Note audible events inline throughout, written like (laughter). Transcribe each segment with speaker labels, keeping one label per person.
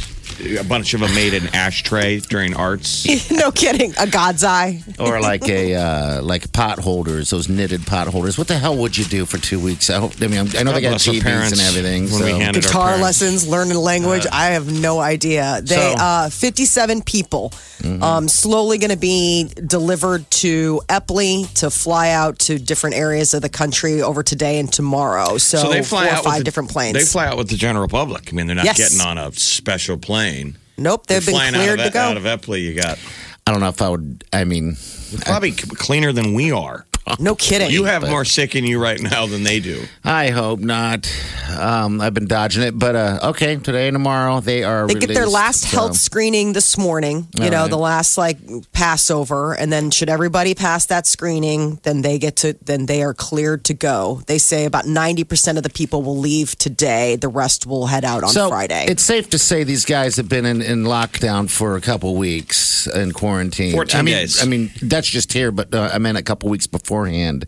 Speaker 1: a bunch of them made an ashtray during
Speaker 2: (laughs)
Speaker 1: arts.
Speaker 2: no kidding. A God's eye.
Speaker 3: or like
Speaker 1: (laughs)
Speaker 3: a uh, like pot holders, those knitted pot holders. What the hell would you do for two weeks? I, hope, I mean, I know they
Speaker 1: God
Speaker 3: got
Speaker 1: bless our
Speaker 3: TVs and
Speaker 1: parents
Speaker 3: everything.
Speaker 1: when we
Speaker 3: so-
Speaker 1: handed our
Speaker 2: Guitar
Speaker 1: parents.
Speaker 2: lessons, learning language. I have no idea. They
Speaker 3: so-
Speaker 2: uh, 57 people
Speaker 1: Mm-hmm.
Speaker 2: um, slowly going to be delivered to Epley to fly out to different areas of the country over today and tomorrow. So,
Speaker 1: So they fly
Speaker 2: four or
Speaker 1: out with
Speaker 2: five
Speaker 1: the-
Speaker 2: different planes.
Speaker 1: They fly out with the general public. I mean, they're not
Speaker 2: Yes.
Speaker 1: getting on a special plane.
Speaker 2: nope,
Speaker 1: They're
Speaker 2: they've been
Speaker 1: flying
Speaker 2: cleared
Speaker 1: out
Speaker 2: to
Speaker 1: of, E-
Speaker 2: go.
Speaker 1: out of Epley. You got
Speaker 3: I don't know if I would. I mean,
Speaker 1: probably cleaner than we are.
Speaker 2: no kidding.
Speaker 1: You have more sick in you right now than they do.
Speaker 3: I hope not. Um, I've been dodging it, but uh, okay. Today and tomorrow they are.
Speaker 2: They get their last
Speaker 3: released,
Speaker 2: health
Speaker 3: so-
Speaker 2: screening this morning, you know, the last like Passover. And then, should everybody pass that screening, then they get to, then they are cleared to go. They say about 90% of the people will leave today. The rest will head out on
Speaker 3: so
Speaker 2: Friday.
Speaker 3: It's safe to say these guys have been in, in lockdown for a couple weeks in quarantine.
Speaker 1: 14
Speaker 3: I mean,
Speaker 1: days.
Speaker 3: I mean, that's just here, but uh, I meant a couple weeks beforehand.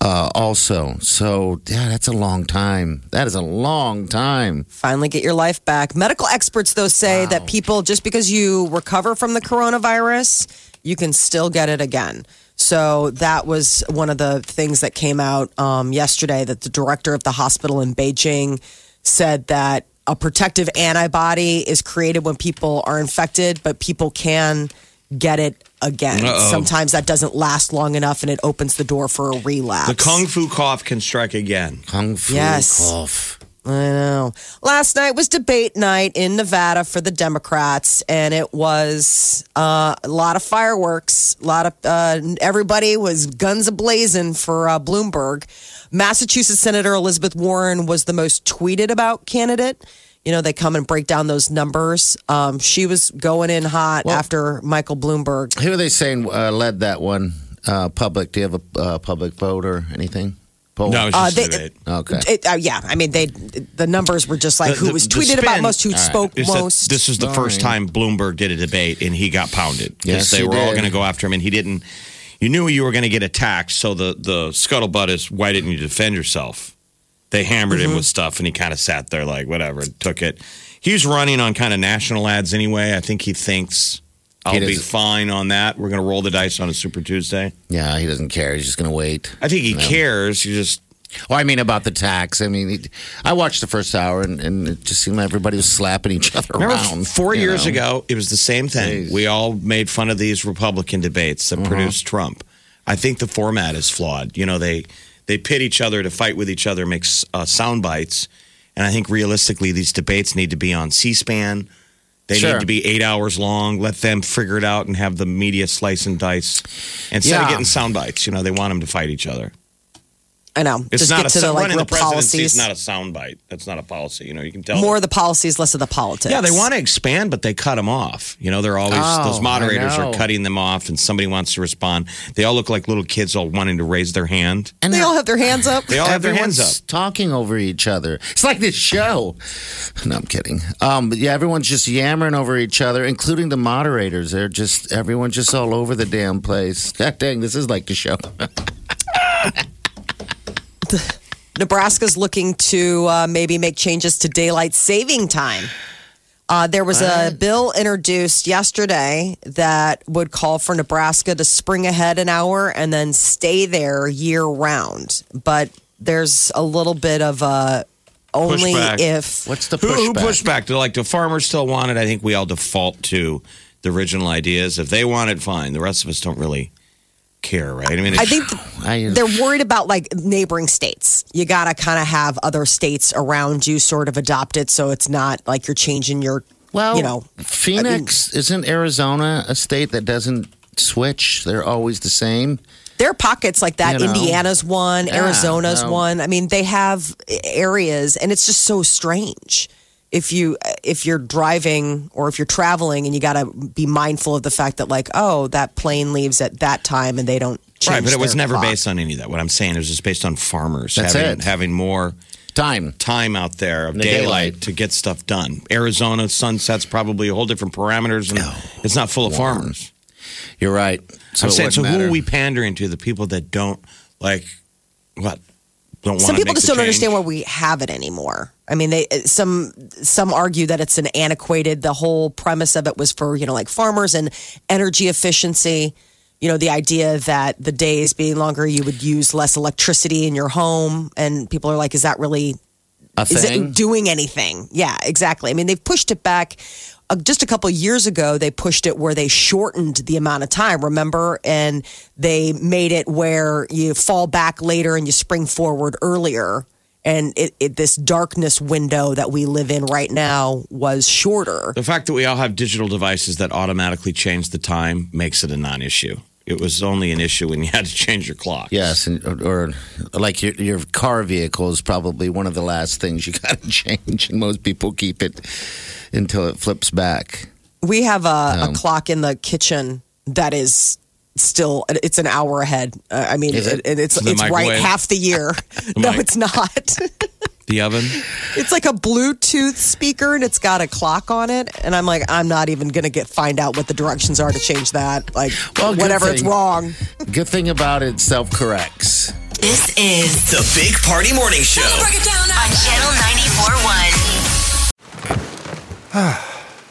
Speaker 3: Uh, also, so yeah, that's a long time. That is a long time.
Speaker 2: Finally, get your life back. Medical experts, though, say that people, just because you recover from the coronavirus, you can still get it again. So that was one of the things that came out um, yesterday that the director of the hospital in Beijing said that a protective antibody is created when people are infected, but people can get it again.
Speaker 1: Uh-oh.
Speaker 2: Sometimes that doesn't last long enough and it opens the door for a relapse.
Speaker 1: The kung fu cough can strike again.
Speaker 3: Kung Fu
Speaker 2: Yes.
Speaker 3: cough.
Speaker 2: I know. Last night was debate night in Nevada for the Democrats, and it was uh, a lot of fireworks. A lot of uh, everybody was guns ablazing for uh, Bloomberg. Massachusetts Senator Elizabeth Warren was the most tweeted about candidate. You know, they come and break down those numbers. Um, she was going in hot after
Speaker 1: (laughs)
Speaker 2: Michael Bloomberg.
Speaker 3: Who are they saying uh, led that one? Uh, public? Do you have a uh, public vote or anything? Poll?
Speaker 1: No, it's
Speaker 2: Uh,
Speaker 1: just
Speaker 2: they-
Speaker 1: debate.
Speaker 3: Okay.
Speaker 2: It, uh, yeah, I mean, they the numbers were just like
Speaker 1: The-
Speaker 2: who
Speaker 1: the-
Speaker 2: was
Speaker 1: the
Speaker 2: tweeted about
Speaker 1: spin-
Speaker 2: most, who spoke
Speaker 1: is that
Speaker 2: most.
Speaker 1: this was the first time Bloomberg did a debate and he got pounded because
Speaker 3: Yes,
Speaker 1: they
Speaker 3: he
Speaker 1: were all
Speaker 3: did.
Speaker 1: going to go after him and he didn't. You knew you were going to get attacked, so the the scuttlebutt is why didn't you defend yourself? They hammered
Speaker 2: Mm-hmm.
Speaker 1: him with stuff, and he kind of sat there like whatever, and took it. He was running on kind of national ads anyway. I think he thinks I'll
Speaker 3: He
Speaker 1: be
Speaker 3: doesn't-
Speaker 1: fine on that. We're going to roll the dice on a Super Tuesday.
Speaker 3: yeah, he doesn't care. He's just going to wait.
Speaker 1: I think he cares. He just
Speaker 3: Well, I mean about the tax. I mean, it- I watched the first hour, and, and it just seemed like everybody was slapping each other
Speaker 1: Remember
Speaker 3: around.
Speaker 1: four
Speaker 3: you
Speaker 1: years
Speaker 3: know?
Speaker 1: ago, it was the same thing.
Speaker 3: Jeez.
Speaker 1: We all made fun of these Republican debates
Speaker 2: Uh-huh.
Speaker 1: that produced Trump. I think the format is flawed. You know, they they pit each other to fight with each other, make s- uh, sound bites, and I think realistically, these debates need to be on C-SPAN. They
Speaker 3: Sure.
Speaker 1: need to be eight hours long. Let them figure it out and have the media slice and dice instead of
Speaker 3: Yeah.
Speaker 1: getting sound bites. You know, they want them to fight each other.
Speaker 2: I know.
Speaker 1: It's
Speaker 2: just
Speaker 1: not
Speaker 2: get
Speaker 1: a
Speaker 2: to the
Speaker 1: sound-
Speaker 2: like
Speaker 1: running
Speaker 2: real
Speaker 1: the presidency.
Speaker 2: policies.
Speaker 1: It's not a sound bite. That's not a policy. You know, you can tell
Speaker 2: More of the policies, less of the politics.
Speaker 1: Yeah, they want to expand, but they cut them off. You know, they're always
Speaker 3: Oh,
Speaker 1: those moderators
Speaker 3: I know.
Speaker 1: are cutting them off, and somebody wants to respond. They all look like little kids, all wanting to raise their hand.
Speaker 3: and
Speaker 2: They all have their hands up.
Speaker 1: They all have their hands
Speaker 3: everyone's
Speaker 1: up.
Speaker 3: talking over each other. It's like this show. No, I'm kidding. Um, but yeah, everyone's just yammering over each other, including the moderators. They're just everyone's just all over the damn place. (laughs) God dang, this is like the show. (laughs)
Speaker 2: Nebraska's looking to uh, maybe make changes to daylight saving time. Uh, there was a bill introduced yesterday that would call for Nebraska to spring ahead an hour and then stay there year round. But there's a little bit of a only
Speaker 1: Pushback.
Speaker 2: if
Speaker 3: What's the
Speaker 1: Who,
Speaker 3: pushback?
Speaker 1: who pushed back? They're like the farmers still want it. I think we all default to the original ideas. If they want it, fine. The rest of us don't really care, right? I mean,
Speaker 2: I think
Speaker 3: I-
Speaker 2: they're worried about like neighboring states. You got to kind of have other states around you sort of adopt it so it's not like you're changing your,
Speaker 3: Well,
Speaker 2: you know,
Speaker 3: Phoenix isn't Arizona a state that doesn't switch? They're always the same.
Speaker 2: there are pockets like that.
Speaker 3: You know.
Speaker 2: Indiana's one,
Speaker 3: Yeah,
Speaker 2: Arizona's
Speaker 3: no.
Speaker 2: one. I mean, they have areas, and it's just so strange. If you if you're driving or if you're traveling, and you got to be mindful of the fact that like, oh, that plane leaves at that time, and they don't. Change
Speaker 1: right, but it was
Speaker 2: their
Speaker 1: never
Speaker 2: clock.
Speaker 1: based on any of that. What I'm saying is, it's based on farmers
Speaker 3: That's
Speaker 1: having
Speaker 3: it.
Speaker 1: having more
Speaker 3: Time.
Speaker 1: time out there of
Speaker 3: the
Speaker 1: daylight,
Speaker 3: daylight.
Speaker 1: to get stuff done. Arizona sunsets probably a whole different parameters, and it's not full of farmers.
Speaker 3: You're right. So
Speaker 1: I'm
Speaker 3: it
Speaker 1: saying, so
Speaker 3: wouldn't
Speaker 1: who
Speaker 3: matter.
Speaker 1: are we pandering to? The people that don't like what? Don't want
Speaker 2: some people just don't understand why we have it anymore. I mean, they uh, some some argue that it's an antiquated. The whole premise of it was for you know like farmers and energy efficiency. You know, the idea that the days being longer, you would use less electricity in your home, and people are like, "Is that really
Speaker 3: a
Speaker 2: is
Speaker 3: thing?
Speaker 2: it doing anything? Yeah, exactly. I mean, they've pushed it back. Uh, just a couple of years ago, they pushed it where they shortened the amount of time, remember? And they made it where you fall back later and you spring forward earlier. And it, it, this darkness window that we live in right now was shorter.
Speaker 1: The fact that we all have digital devices that automatically change the time makes it a non-issue. It was only an issue when you had to change your clock.
Speaker 3: Yes, and, or, or like your your car vehicle is probably one of the last things you (laughs) got to change, and most people keep it until it flips back.
Speaker 2: We have a, a clock in the kitchen that is still it's an hour ahead. Uh, I mean,
Speaker 3: Is it?
Speaker 2: it- it's
Speaker 1: The
Speaker 2: it's right
Speaker 1: microwave?
Speaker 2: half the year. (laughs) no,
Speaker 1: mic.
Speaker 2: it's not.
Speaker 1: the oven.
Speaker 2: It's like a Bluetooth speaker and it's got a clock on it. And I'm like, I'm not even gonna get find out what the directions are to change that. Like
Speaker 3: Well, good
Speaker 2: whatever it's
Speaker 3: thing.
Speaker 2: wrong.
Speaker 3: Good thing about it, self corrects.
Speaker 4: This is
Speaker 5: The Big Party Morning Show.
Speaker 4: on Channel 94.1.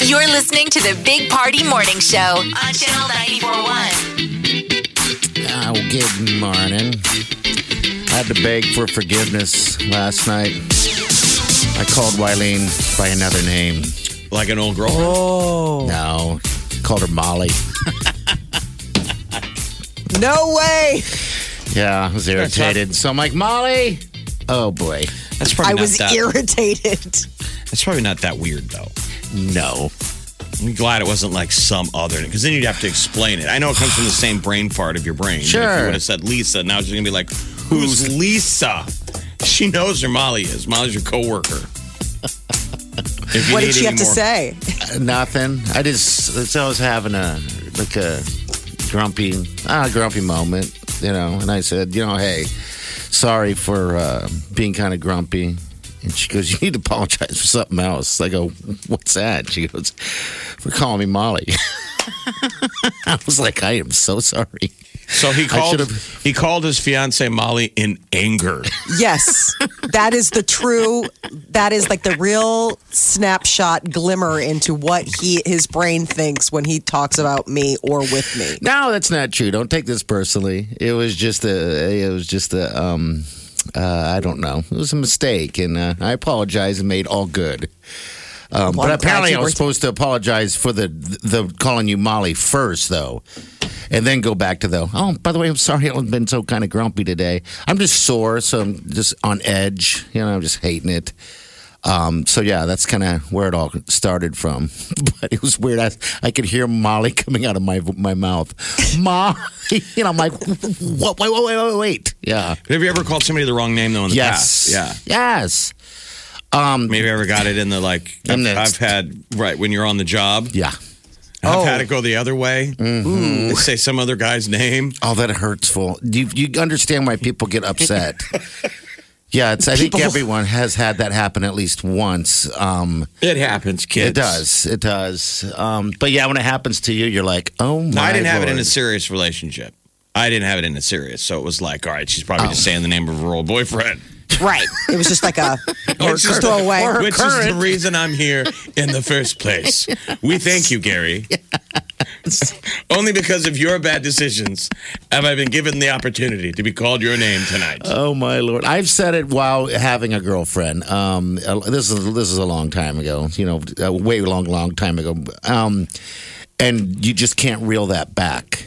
Speaker 4: You're listening to the Big Party Morning Show on Channel 94.1.
Speaker 3: Oh, good morning. I had to beg for forgiveness last night. I called Wileen by another name.
Speaker 1: Like an old girlfriend.
Speaker 2: Oh.
Speaker 3: Oh. No, called her Molly.
Speaker 2: No way.
Speaker 3: Yeah, I was irritated. So I'm like, Molly. Oh boy,
Speaker 1: That's probably
Speaker 2: I
Speaker 1: not
Speaker 2: was
Speaker 1: that.
Speaker 2: irritated.
Speaker 1: that's probably not that weird though.
Speaker 3: no.
Speaker 1: I'm glad it wasn't like some other because then you'd have to explain it. I know it comes from the same brain fart of your brain. but If you
Speaker 3: Sure.
Speaker 1: would have said Lisa, now she's gonna be like, "Who's Lisa?" She knows who Molly is. Molly's your coworker. If you
Speaker 2: What
Speaker 1: need
Speaker 2: did she have
Speaker 1: any
Speaker 2: to
Speaker 1: more-
Speaker 2: say?
Speaker 3: Nothing. I just, so I was having a like a grumpy, ah, grumpy moment, you know. And I said, you know, hey, sorry for uh, being kind of grumpy. And she goes, (laughs) you need to apologize for something else. I go, what's that? She goes, for calling me Molly. (laughs) I was like, I am so sorry.
Speaker 1: So he called.
Speaker 3: should've-
Speaker 1: He called his fiance Molly in anger.
Speaker 2: Yes. That is the true that is like the real snapshot glimmer into what he his brain thinks when he talks about me or with me.
Speaker 3: No, that's not true. Don't take this personally. It was just a. It was just a. Um, uh, I don't know. It was a mistake, and uh, I apologize and made all good. Um,
Speaker 2: Well,
Speaker 3: but
Speaker 2: I'm glad
Speaker 3: apparently,
Speaker 2: you
Speaker 3: I was
Speaker 2: were-
Speaker 3: supposed to apologize for the the calling you Molly first, though, and then go back to the. Oh, by the way, I'm sorry I've been so kind of grumpy today. I'm just sore, so I'm just on edge. You know, I'm just hating it. Um, so yeah, that's kind of where it all started from. (laughs) But it was weird. I, I could hear Molly coming out of my my mouth. (laughs) Molly, you know, I'm like, what, wait, wait, wait, wait, wait. Yeah.
Speaker 1: Have you ever called somebody the wrong name though in the
Speaker 3: Yes.
Speaker 1: past? Yeah.
Speaker 3: Yes. Um.
Speaker 1: Maybe I ever got it in the like
Speaker 3: In
Speaker 1: I've,
Speaker 3: the-
Speaker 1: I've had right when you're on the job.
Speaker 3: Yeah.
Speaker 1: I've had it go the other way. They say some other guy's name.
Speaker 3: Oh, that hurtsful. You you understand why people get
Speaker 1: (laughs)
Speaker 3: upset? yeah, it's. I think everyone has had that happen at least once. Um,
Speaker 1: It happens, kids.
Speaker 3: It does. It does. Um, but yeah, when it happens to you, you're like, oh my.
Speaker 1: No, I didn't have it in a
Speaker 3: Lord.
Speaker 1: serious relationship. I didn't have it in a serious, so it was like, all right, she's probably
Speaker 3: Oh.
Speaker 1: just saying the name of her old boyfriend.
Speaker 2: Right. It was just like a or
Speaker 1: Which is-
Speaker 2: just throw away.
Speaker 3: (laughs) or-
Speaker 1: Which is the reason I'm here in the first
Speaker 3: (laughs)
Speaker 1: place. We thank you, Gary. Only because of your bad decisions have I been given the opportunity to be called your name tonight.
Speaker 3: Oh my lord! I've said it while having a girlfriend. Um, uh, this is this is a long time ago. You know, a way long, long time ago. Um, and you just can't reel that back.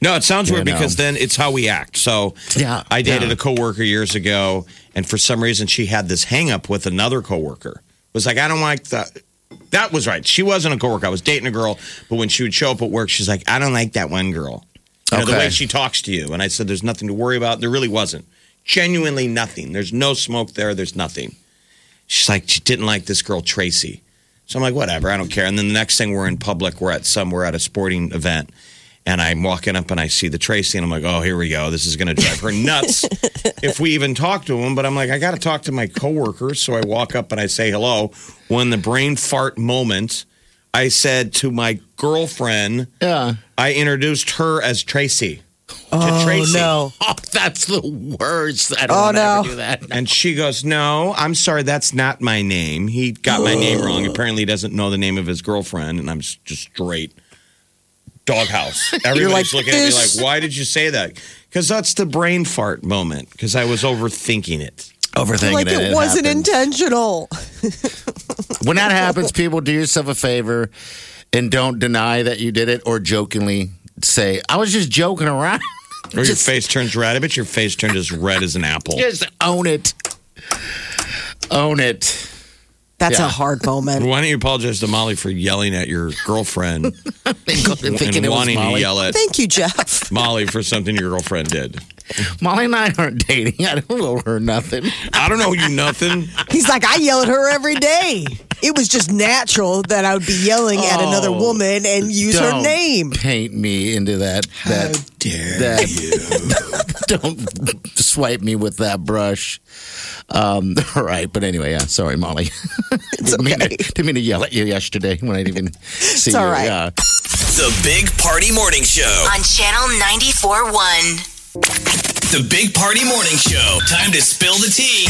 Speaker 1: No, it sounds weird
Speaker 3: You know.
Speaker 1: because then it's how we act. So
Speaker 3: Yeah,
Speaker 1: I dated
Speaker 3: yeah.
Speaker 1: a coworker years ago, and for some reason she had this hang up with another coworker. Was like, I don't like that. That was right. She wasn't a coworker. I was dating a girl, but when she would show up at work, she's like, I don't like that one girl. You know, the
Speaker 3: Okay.
Speaker 1: way she talks to you. And I said, There's nothing to worry about. There really wasn't. Genuinely nothing. There's no smoke there. There's nothing. She's like, She didn't like this girl, Tracy. So I'm like, Whatever. I don't care. And then the next thing we're in public, we're at some, we're at a sporting event. And I'm walking up and I see the Tracy, and I'm like, oh, here we go. This is going to drive her nuts if we even talk to him. But I'm like, I got to talk to my coworker. So I walk up and I say hello. Well, in the brain fart moment, I said to my girlfriend,
Speaker 3: Yeah.
Speaker 1: I introduced her as Tracy.
Speaker 2: oh
Speaker 1: to Tracy.
Speaker 2: no.
Speaker 3: Oh, (laughs) that's the worst. I don't
Speaker 2: Oh,
Speaker 3: want to
Speaker 2: no.
Speaker 3: ever do that.
Speaker 1: And she goes, No, I'm sorry, that's not my name. He got my name wrong. Apparently, he doesn't know the name of his girlfriend. And I'm s- just straight
Speaker 2: (laughs)
Speaker 1: doghouse. Everybody's
Speaker 2: like,
Speaker 1: looking at me
Speaker 2: "This-"
Speaker 1: like, Why did you say that? Because that's the brain fart moment, because I was overthinking it.
Speaker 3: Overthinking
Speaker 2: Like it, wasn't
Speaker 3: happens.
Speaker 2: intentional.
Speaker 3: when that happens, people do yourself a favor and don't deny that you did it or jokingly say, I was just joking around.
Speaker 1: Or your
Speaker 3: Just-
Speaker 1: face turns red. I bet your face turned as red as an apple.
Speaker 3: Just own it. Own it.
Speaker 2: That's
Speaker 3: Yeah.
Speaker 2: a hard moment.
Speaker 1: Why don't you apologize to Molly for yelling at your girlfriend
Speaker 3: And (laughs) thinking
Speaker 1: and
Speaker 3: it was
Speaker 1: wanting to
Speaker 3: Molly.
Speaker 1: yell
Speaker 3: (laughs)
Speaker 1: at
Speaker 2: Thank you, Jeff.
Speaker 1: Molly for something your girlfriend did?
Speaker 3: Molly and I aren't dating. (laughs) I don't owe her nothing.
Speaker 1: I don't know you nothing.
Speaker 2: He's like, I yell at her every day. It was just natural that I would be yelling at another
Speaker 3: Oh,
Speaker 2: woman and use her
Speaker 3: Don't
Speaker 2: name.
Speaker 3: Paint me into that. That
Speaker 1: dare
Speaker 3: that. (laughs) don't swipe me with that brush. Um, (laughs) all right, but anyway, yeah. Sorry, Molly. (laughs) didn't, mean to,
Speaker 2: okay.
Speaker 3: didn't mean to yell at you yesterday when I didn't even see
Speaker 2: all
Speaker 3: you.
Speaker 2: right.
Speaker 3: Yeah.
Speaker 5: The Big Party Morning Show.
Speaker 4: on Channel 94.1.
Speaker 5: The Big Party Morning Show. Time to spill the tea.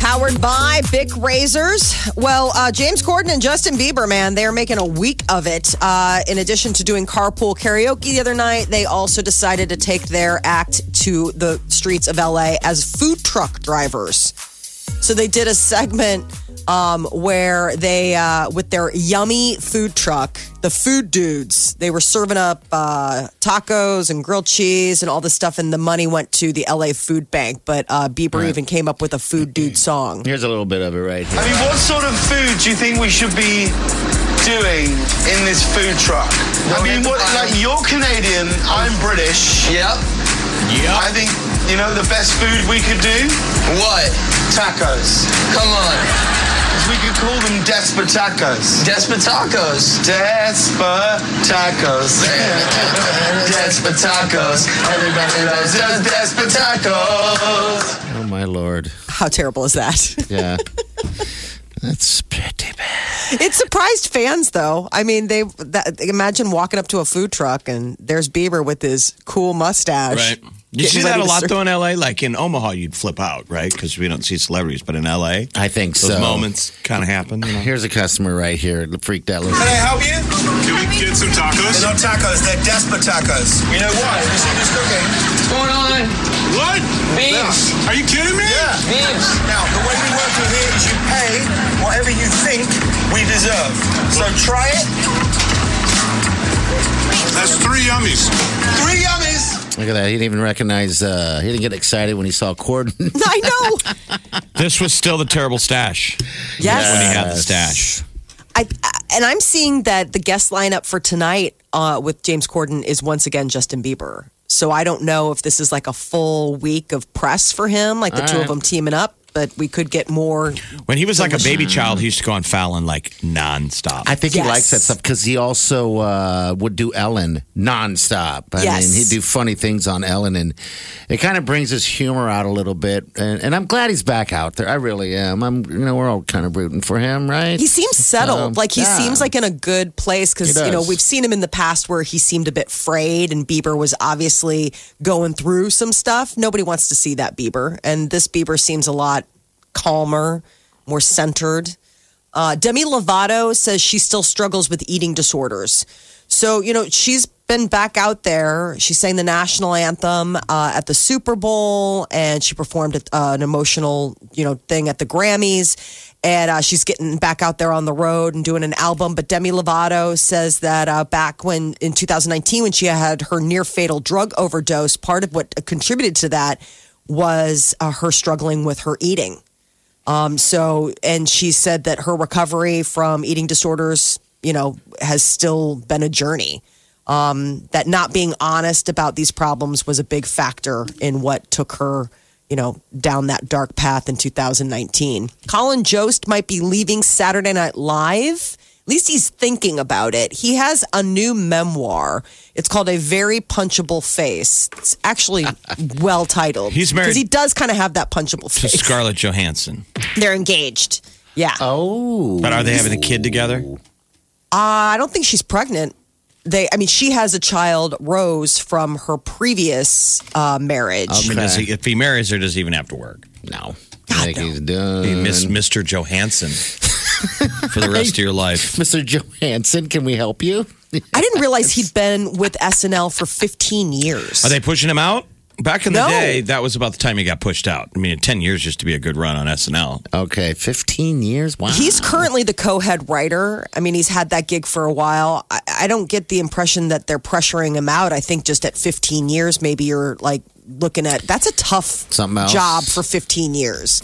Speaker 2: Powered by Bic Razors. Well, uh, James Corden and Justin Bieber, man, they are making a week of it. Uh, in addition to doing carpool karaoke the other night, they also decided to take their act to the streets of LA as food truck drivers. So they did a segment um, where they, uh, with their yummy food truck, the food dudes, they were serving up uh, tacos and grilled cheese and all this stuff, and the money went to the LA Food Bank. But uh, Bieber even came up with a food dude song.
Speaker 3: Here's a little bit of it right here.
Speaker 6: I mean, what sort of food do you think we should be doing in this food truck? I mean, what, like, you're Canadian, I'm British. Yep. Yep. I think, you know, the best food we could do? What? Tacos. Come on. We could call them Desper Tacos. Desper Tacos. Desper (laughs) Tacos. Desper Tacos. Everybody loves those Desper Tacos.
Speaker 3: Oh my lord.
Speaker 2: How terrible is that? (laughs)
Speaker 3: Yeah. That's pretty bad.
Speaker 2: it surprised fans, though. I mean, they that, imagine walking up to a food truck and there's Bieber with his cool mustache.
Speaker 1: Right. You
Speaker 2: getting
Speaker 1: see that
Speaker 2: ready
Speaker 1: a
Speaker 2: to
Speaker 1: lot
Speaker 2: serve-
Speaker 1: though in LA. Like in Omaha, you'd flip out, right? Because we don't see celebrities, but in LA,
Speaker 3: I think
Speaker 1: those
Speaker 3: so.
Speaker 1: moments kind of happen. You know?
Speaker 3: Here's a customer right here. Freaked out. Little.
Speaker 6: I help you? Can we get some tacos? They're not tacos, they're desperate tacos. You know why? You see this cooking? What's going on? What? Beans. Are you kidding me? Yeah. Beans. Now, the way we work with here is you pay whatever you think we deserve. So try it. That's three yummies. Three yummies.
Speaker 2: (laughs)
Speaker 1: (laughs)
Speaker 3: Look at that. He didn't even recognize. Uh, he didn't get excited when he saw Corden. (laughs)
Speaker 2: I know.
Speaker 1: This was still the terrible stash. That's When he had the
Speaker 3: Yes.
Speaker 1: stash.
Speaker 2: I, I- and I'm seeing that the guest lineup for tonight uh, with James Corden is once again Justin Bieber. So I don't know if this is like a full week of press for him, like the
Speaker 3: All
Speaker 2: two of
Speaker 3: right.
Speaker 2: them teaming up. But we could get more.
Speaker 1: When he was like a baby child, he used to go on Fallon like nonstop.
Speaker 3: I think he
Speaker 2: Yes.
Speaker 3: likes that stuff because he also uh, would do Ellen nonstop. I
Speaker 2: Yes.
Speaker 3: mean, he'd do funny things on Ellen, and it kind of brings his humor out a little bit. And, and I'm glad he's back out there. I really am. I'm, you know, we're all kind of rooting for him, right?
Speaker 2: He seems settled.
Speaker 3: So,
Speaker 2: like he
Speaker 3: yeah.
Speaker 2: seems like in a good place because,
Speaker 3: He
Speaker 2: you know,
Speaker 3: does.
Speaker 2: we've seen him in the past where he seemed a bit frayed and Bieber was obviously going through some stuff. Nobody wants to see that Bieber. And this Bieber seems a lot calmer, more centered. Uh, Demi Lovato says she still struggles with eating disorders. So, you know, she's been back out there. She sang the national anthem uh, at the Super Bowl and she performed at, uh, an emotional, you know, thing at the Grammys. And uh, she's getting back out there on the road and doing an album. But Demi Lovato says that uh, back when in 2019, when she had her near fatal drug overdose, part of what contributed to that was uh, her struggling with her eating. Um, so, and she said that her recovery from eating disorders, you know, has still been a journey. Um, that not being honest about these problems was a big factor in what took her, you know, down that dark path in 2019. Colin Jost might be leaving Saturday Night Live. At least he's thinking about it. He has a new memoir. It's called A Very Punchable Face. It's
Speaker 1: (laughs)
Speaker 2: actually well titled.
Speaker 1: He's married-
Speaker 2: Because he does kind of have that punchable
Speaker 1: To
Speaker 2: face.
Speaker 1: Scarlett Johansson.
Speaker 2: They're engaged. Yeah. Uh,
Speaker 3: Oh,
Speaker 1: But are they having a kid together?
Speaker 2: I don't think she's pregnant. They, I mean, she has a child, Rose, from her previous uh, marriage.
Speaker 1: I mean,
Speaker 3: Okay.
Speaker 1: does he, if he marries her, does he even have to work?
Speaker 3: no. Uh, I think he's done.
Speaker 1: Be Miss, Mr.
Speaker 3: (laughs)
Speaker 1: Johansson for the rest of your life.
Speaker 3: Mr. Johansson, can we help you? (laughs)
Speaker 2: I didn't realize he'd been with SNL for 15 years.
Speaker 1: Are they pushing him out? Back in the
Speaker 2: No.
Speaker 1: day, that was about the time he got pushed out. I mean, 10 years used to be a good run on SNL.
Speaker 3: Okay, 15 years? Wow.
Speaker 2: He's currently the co-head writer. I mean, he's had that gig for a while. I, I don't get the impression that they're pressuring him out. I think just at 15 years, maybe you're like looking at that's a tough
Speaker 3: Something else.
Speaker 2: job for 15 years.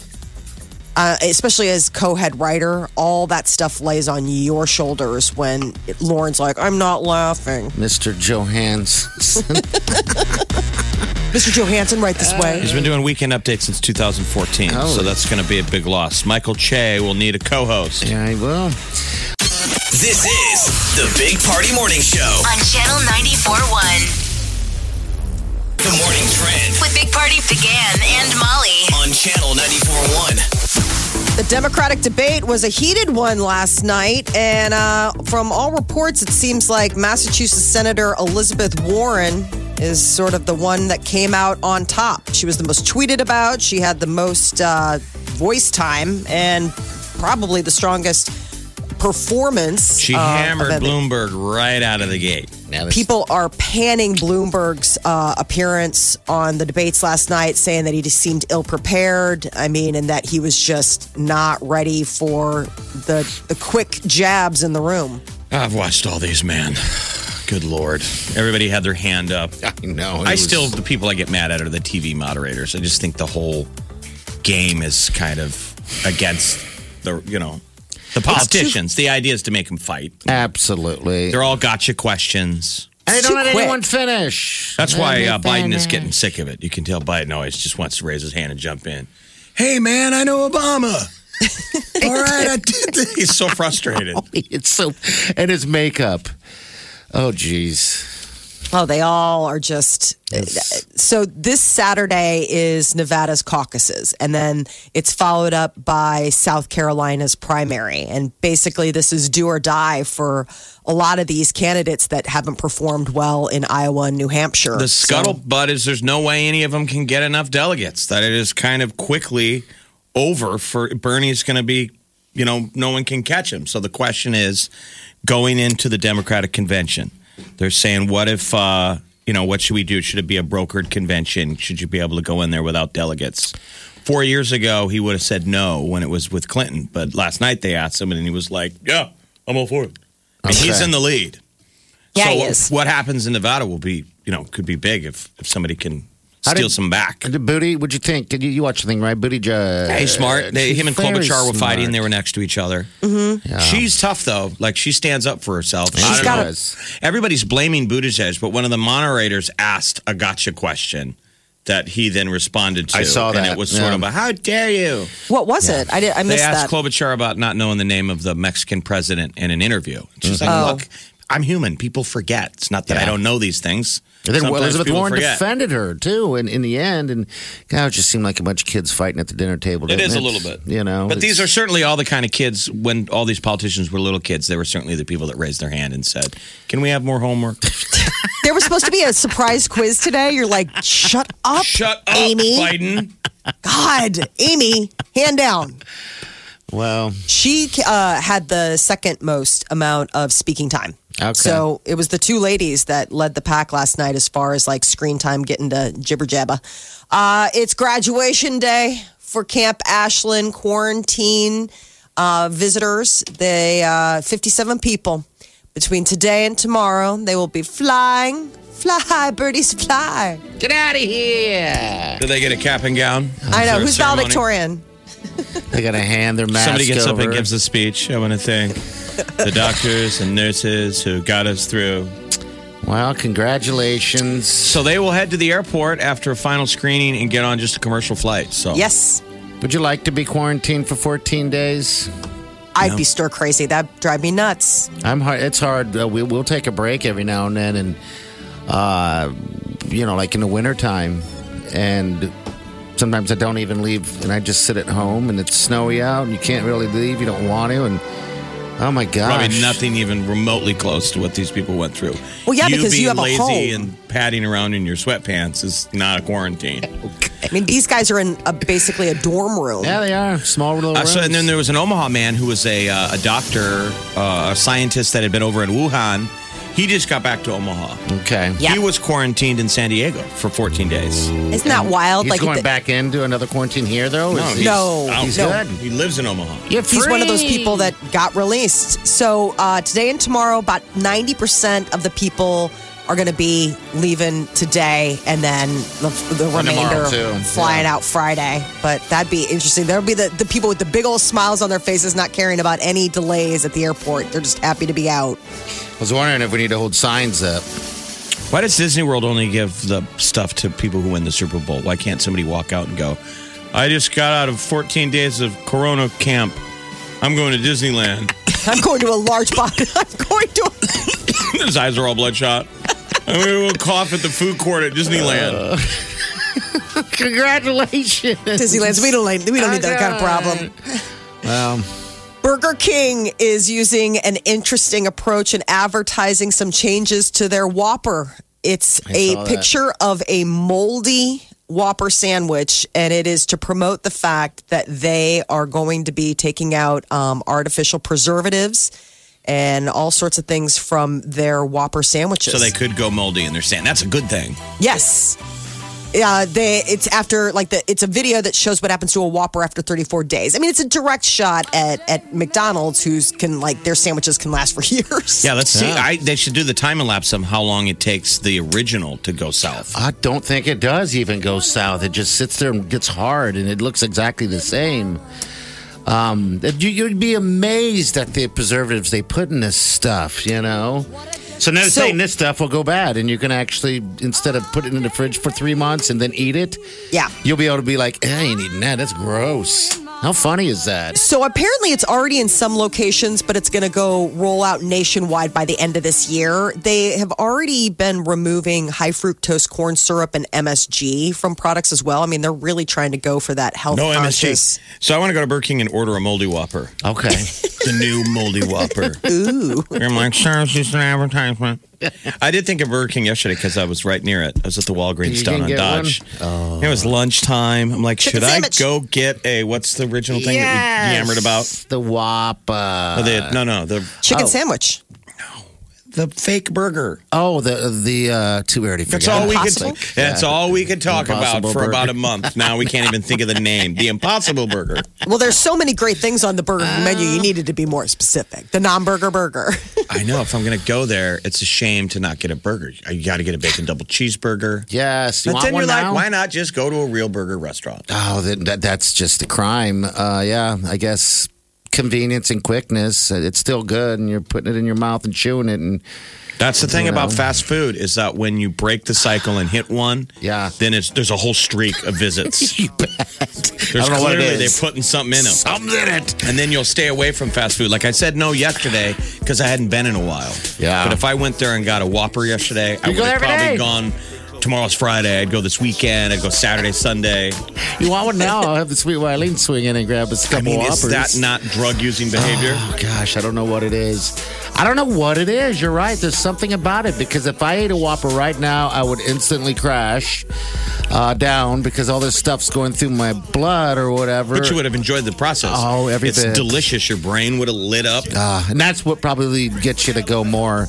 Speaker 2: Uh, especially as co-head writer, all that stuff lays on your shoulders when Lauren's like, "I'm not laughing,
Speaker 3: Mr. Johansson. (laughs)
Speaker 2: Mr. Johansson, right this way."
Speaker 1: He's been doing weekend updates since 2014, so
Speaker 3: Oh.
Speaker 1: that's going to be a big loss. Michael Che will need a co host.
Speaker 3: yeah, I will.
Speaker 5: This is the Big Party Morning Show.
Speaker 4: on Channel 94.1
Speaker 5: The morning trend
Speaker 4: with Big Party began and Molly.
Speaker 5: on channel 94.1.
Speaker 2: The Democratic debate was a heated one last night, and uh, from all reports, it seems like Massachusetts Senator Elizabeth Warren is sort of the one that came out on top. She was the most tweeted about, she had the most uh, voice time, and probably the strongest performance.
Speaker 1: She
Speaker 2: uh,
Speaker 1: hammered
Speaker 2: of any-
Speaker 1: Bloomberg right out of the gate.
Speaker 3: Now this-
Speaker 2: People are panning Bloomberg's uh, appearance on the debates last night, saying that he just seemed ill prepared. I mean, and that he was just not ready for the the quick jabs in the room.
Speaker 1: I've watched all these, man. Good Lord. Everybody had their hand up.
Speaker 3: I know. it
Speaker 1: I
Speaker 3: was-
Speaker 1: still, the people I get mad at are the TV moderators. I just think the whole game is kind of against the, you know, the politicians. the idea is to make them fight.
Speaker 3: Absolutely.
Speaker 1: They're all gotcha questions.
Speaker 3: And they don't
Speaker 2: too
Speaker 3: let
Speaker 2: quick.
Speaker 3: anyone finish.
Speaker 1: That's why uh,
Speaker 3: Let me
Speaker 1: Biden is (laughs)
Speaker 3: finish.
Speaker 1: getting sick of it. You can tell Biden always just wants to raise his hand and jump in. Hey, man, I know
Speaker 3: (laughs)
Speaker 1: Obama. all right, I did this. He's so frustrated.
Speaker 3: It's so, and his makeup. Oh, jeez.
Speaker 2: Oh, they all are just.
Speaker 3: Yes.
Speaker 2: So this Saturday is Nevada's caucuses, and then it's followed up by South Carolina's primary. And basically, this is do or die for a lot of these candidates that haven't performed well in Iowa and New Hampshire.
Speaker 1: The
Speaker 2: So-
Speaker 1: scuttlebutt is there's no way any of them can get enough delegates. That it is kind of quickly over for Bernie's going to be, you know, no one can catch him. So the question is, going into the Democratic convention, they're saying, what if, uh, you know, what should we do? Should it be a brokered convention? Should you be able to go in there without delegates? Four years ago, he would have said no when it was with Clinton, but last night they asked him, and he was like, "Yeah, I'm all for it." And he's
Speaker 3: Okay.
Speaker 1: in the lead
Speaker 2: Yeah,
Speaker 1: so
Speaker 2: he is.
Speaker 1: what happens in Nevada will be, you know, could be big if if somebody can
Speaker 3: How
Speaker 1: steal
Speaker 3: did-
Speaker 1: some back.
Speaker 3: The booty, what'd you think? Did you, you watch the thing, right? Booty Judge.
Speaker 1: Hey, smart. They, him and
Speaker 3: Very
Speaker 1: Klobuchar were fighting.
Speaker 3: smart.
Speaker 1: They were next to each other. She's tough though. Like she stands up for herself. I
Speaker 3: She's
Speaker 1: don't
Speaker 3: got
Speaker 1: know.
Speaker 3: a-
Speaker 1: Everybody's blaming Buttigieg, but one of the moderators asked a gotcha question that he then responded to.
Speaker 3: I saw
Speaker 1: and
Speaker 3: that,
Speaker 1: it was sort
Speaker 3: yeah.
Speaker 1: of a "How dare you?"
Speaker 2: What was it? I did. I
Speaker 1: They
Speaker 2: missed
Speaker 1: asked
Speaker 2: that.
Speaker 1: Klobuchar about not knowing the name of the Mexican president in an interview. And She's like, "Look, I'm human. People forget. It's not that I don't know these things."
Speaker 3: And then
Speaker 1: Sometimes
Speaker 3: Elizabeth
Speaker 1: people
Speaker 3: Warren
Speaker 1: forget.
Speaker 3: defended her too, and in the end, and God, it just seemed like a bunch of kids fighting at the dinner table.
Speaker 1: It
Speaker 3: didn't
Speaker 1: is a little bit,
Speaker 3: you know.
Speaker 1: But these are
Speaker 3: it's-
Speaker 1: certainly all the kind of kids. When all these politicians were little kids, they were certainly the people that raised their hand and said, "Can we have more homework?"
Speaker 2: There was supposed to be a surprise quiz today. You're like, shut up,
Speaker 1: Shut up,
Speaker 2: Amy.
Speaker 1: Biden.
Speaker 2: God, Amy, hand down.
Speaker 3: well,
Speaker 2: She uh, had the second most amount of speaking time.
Speaker 3: Okay.
Speaker 2: So it was the two ladies that led the pack last night as far as like screen time getting to jibber jabber. Uh, it's graduation day for Camp Ashland quarantine uh, visitors. They uh, 57 people between today and tomorrow. They will be flying, fly, birdies, fly.
Speaker 1: Do they get a cap and gown?
Speaker 2: I
Speaker 1: Is
Speaker 2: know
Speaker 1: there a
Speaker 2: who's
Speaker 1: ceremony?
Speaker 2: valedictorian.
Speaker 3: they got to hand their mask.
Speaker 1: Somebody gets up
Speaker 3: over.
Speaker 1: and gives a speech. I want to thank
Speaker 2: (laughs)
Speaker 1: the doctors and nurses who got us through.
Speaker 3: Well, congratulations.
Speaker 1: So they will head to the airport after a final screening and get on just a commercial flight. So
Speaker 2: Yes.
Speaker 3: Would you like to be quarantined for 14 days?
Speaker 2: I'd be stir crazy. That'd drive me nuts.
Speaker 3: I'm hard. It's hard. Uh, we, we'll take a break every now and then, and uh, you know, like in the wintertime, and sometimes I don't even leave, and I just sit at home, and it's snowy out, and you can't really leave. You don't want to, and oh my gosh,
Speaker 1: Probably nothing even remotely close to what these people went through.
Speaker 2: Well, yeah, because
Speaker 1: being
Speaker 2: you have a
Speaker 1: lazy
Speaker 2: home.
Speaker 1: and padding around in your sweatpants is not a quarantine.
Speaker 2: I mean, these guys are in a, basically a dorm room.
Speaker 3: Yeah, they are small little.
Speaker 1: Uh, so, and then
Speaker 3: rooms.
Speaker 1: there was an Omaha man who was a uh, a doctor, uh, a scientist that had been over in Wuhan. He just got back to Omaha.
Speaker 3: okay.
Speaker 2: Yeah.
Speaker 1: He was quarantined in San Diego for 14 days.
Speaker 2: Isn't that wild?
Speaker 3: He's
Speaker 2: like
Speaker 3: going
Speaker 2: th-
Speaker 3: back into another quarantine here, though. Is he-
Speaker 2: No,
Speaker 3: Oh, he's
Speaker 2: no.
Speaker 3: good.
Speaker 1: He lives in Omaha.
Speaker 3: You're
Speaker 2: He's one of those
Speaker 3: free.
Speaker 2: people that got released. So uh, today and tomorrow, about ninety percent of the people are going to be leaving today, and then the, the
Speaker 3: tomorrow,
Speaker 2: remainder
Speaker 3: too.
Speaker 2: flying out Friday. But that'd be interesting. There'll be the, the people with the big old smiles on their faces, not caring about any delays at the airport. They're just happy to be out.
Speaker 3: I was wondering if we need to hold signs up.
Speaker 1: Why does Disney World only give the stuff to people who win the Super Bowl? Why can't somebody walk out and go, I just got out of 14 days of Corona camp. I'm going to Disneyland. (laughs)
Speaker 2: I'm going to a large (laughs) body. I'm going to. A-
Speaker 1: His eyes are all bloodshot. (laughs) And we will cough at the food court at Disneyland.
Speaker 3: Congratulations.
Speaker 2: (laughs) Disneyland's. We don't like, we don't need that kind of problem. (laughs)
Speaker 3: Well,
Speaker 2: Burger King is using an interesting approach in advertising some changes to their Whopper. It's
Speaker 3: saw
Speaker 2: a
Speaker 3: that.
Speaker 2: picture of a moldy Whopper sandwich, and it is to promote the fact that they are going to be taking out um, artificial preservatives and all sorts of things from their Whopper sandwiches.
Speaker 1: So they could go moldy in their sand. That's a good thing.
Speaker 2: Yes. Yeah, they it's after like the it's a video that shows what happens to a Whopper after 34 days. I mean, it's a direct shot at at McDonald's, who's can like their sandwiches can last for (laughs) years.
Speaker 1: Yeah, let's see. I, they should do the time lapse of how long it takes the original to go south.
Speaker 3: I don't think it does even go south. It just sits there and gets hard, and it looks exactly the same. Um, you, you'd be amazed at the preservatives they put in this stuff, you know? So now they're
Speaker 2: So-
Speaker 3: saying this stuff will go bad, and you can actually, instead of put it in the fridge for three months and then eat it,
Speaker 2: Yeah.
Speaker 3: you'll be able to be like, eh, I ain't eating that. That's gross. How funny is that?
Speaker 2: So apparently it's already in some locations, but it's going to go roll out nationwide by the end of this year. They have already been removing high fructose corn syrup and MSG from products as well. I mean, they're really trying to go for that health
Speaker 1: No
Speaker 2: oh, conscious.
Speaker 1: MSG. So I want to go to Burger King and order a moldy Whopper. (laughs)
Speaker 3: Okay.
Speaker 1: the new moldy whopper. Ooh. I'm like, sir, it's just an advertisement. I did think of Burger King yesterday because I was right near it. I was at the Walgreens
Speaker 3: You
Speaker 1: down
Speaker 3: didn't
Speaker 1: on
Speaker 3: get
Speaker 1: Dodge. It was lunchtime. I'm like,
Speaker 2: Chicken
Speaker 1: should
Speaker 2: sandwich.
Speaker 1: I go get a what's the original thing that we yammered about? Uh,
Speaker 3: The Whopper.
Speaker 1: (laughs) No, they- no, no, the
Speaker 2: Chicken sandwich.
Speaker 7: the fake burger.
Speaker 3: Oh, the the uh, two we already forgot.
Speaker 1: That's all we could.
Speaker 3: Impossible?
Speaker 1: That's
Speaker 3: Yeah.
Speaker 1: all we could talk about
Speaker 3: Impossible
Speaker 1: for about a
Speaker 3: burger.
Speaker 1: month. Now we can't even think of the name. The Impossible Burger.
Speaker 2: Well, there's so many great things on the burger
Speaker 3: Uh.
Speaker 2: menu. You needed to be more specific. The non-burger burger.
Speaker 1: (laughs) I know. If I'm going to go there, it's a shame to not get a burger. You got to get a bacon double cheeseburger.
Speaker 3: Yes, you
Speaker 1: but
Speaker 3: want
Speaker 1: then
Speaker 3: one
Speaker 1: you're
Speaker 3: now?
Speaker 1: like, why not just go to a real burger restaurant?
Speaker 3: Oh, that, that that's just a crime. Uh, yeah, I guess convenience and quickness. uh, It's still good, and you're putting it in your mouth and chewing it, and (laughs)
Speaker 1: That's the thing about fast food is that when you break the cycle and hit one,
Speaker 3: Yeah.
Speaker 1: then it's there's a whole streak of visits.
Speaker 3: (laughs) you bet.
Speaker 1: There's
Speaker 3: I don't know what
Speaker 1: clearly
Speaker 3: it is.
Speaker 1: they're putting something in them.
Speaker 3: Something in it.
Speaker 1: and then you'll stay away from fast food. Like I said, no yesterday because I hadn't been in a while.
Speaker 3: Yeah.
Speaker 1: But if I went there and got a Whopper yesterday, I
Speaker 3: You
Speaker 1: would
Speaker 3: go
Speaker 1: have
Speaker 3: every
Speaker 1: probably
Speaker 3: day.
Speaker 1: gone. Tomorrow's Friday. I'd go this weekend. I'd go Saturday, Sunday.
Speaker 3: You want one now? I'll have the sweet Wileen swing in and grab us a
Speaker 1: I
Speaker 3: couple
Speaker 1: mean,
Speaker 3: whoppers.
Speaker 1: is that not drug using behavior?
Speaker 3: Oh gosh, I don't know what it is. I don't know what it is. You're right. There's something about it because if I ate a Whopper right now, I would instantly crash uh, down because all this stuff's going through my blood or whatever.
Speaker 1: But you would have enjoyed the process.
Speaker 3: Oh, every
Speaker 1: It's
Speaker 3: bit.
Speaker 1: delicious. Your brain would have lit up.
Speaker 3: Uh, and that's what probably gets you to go more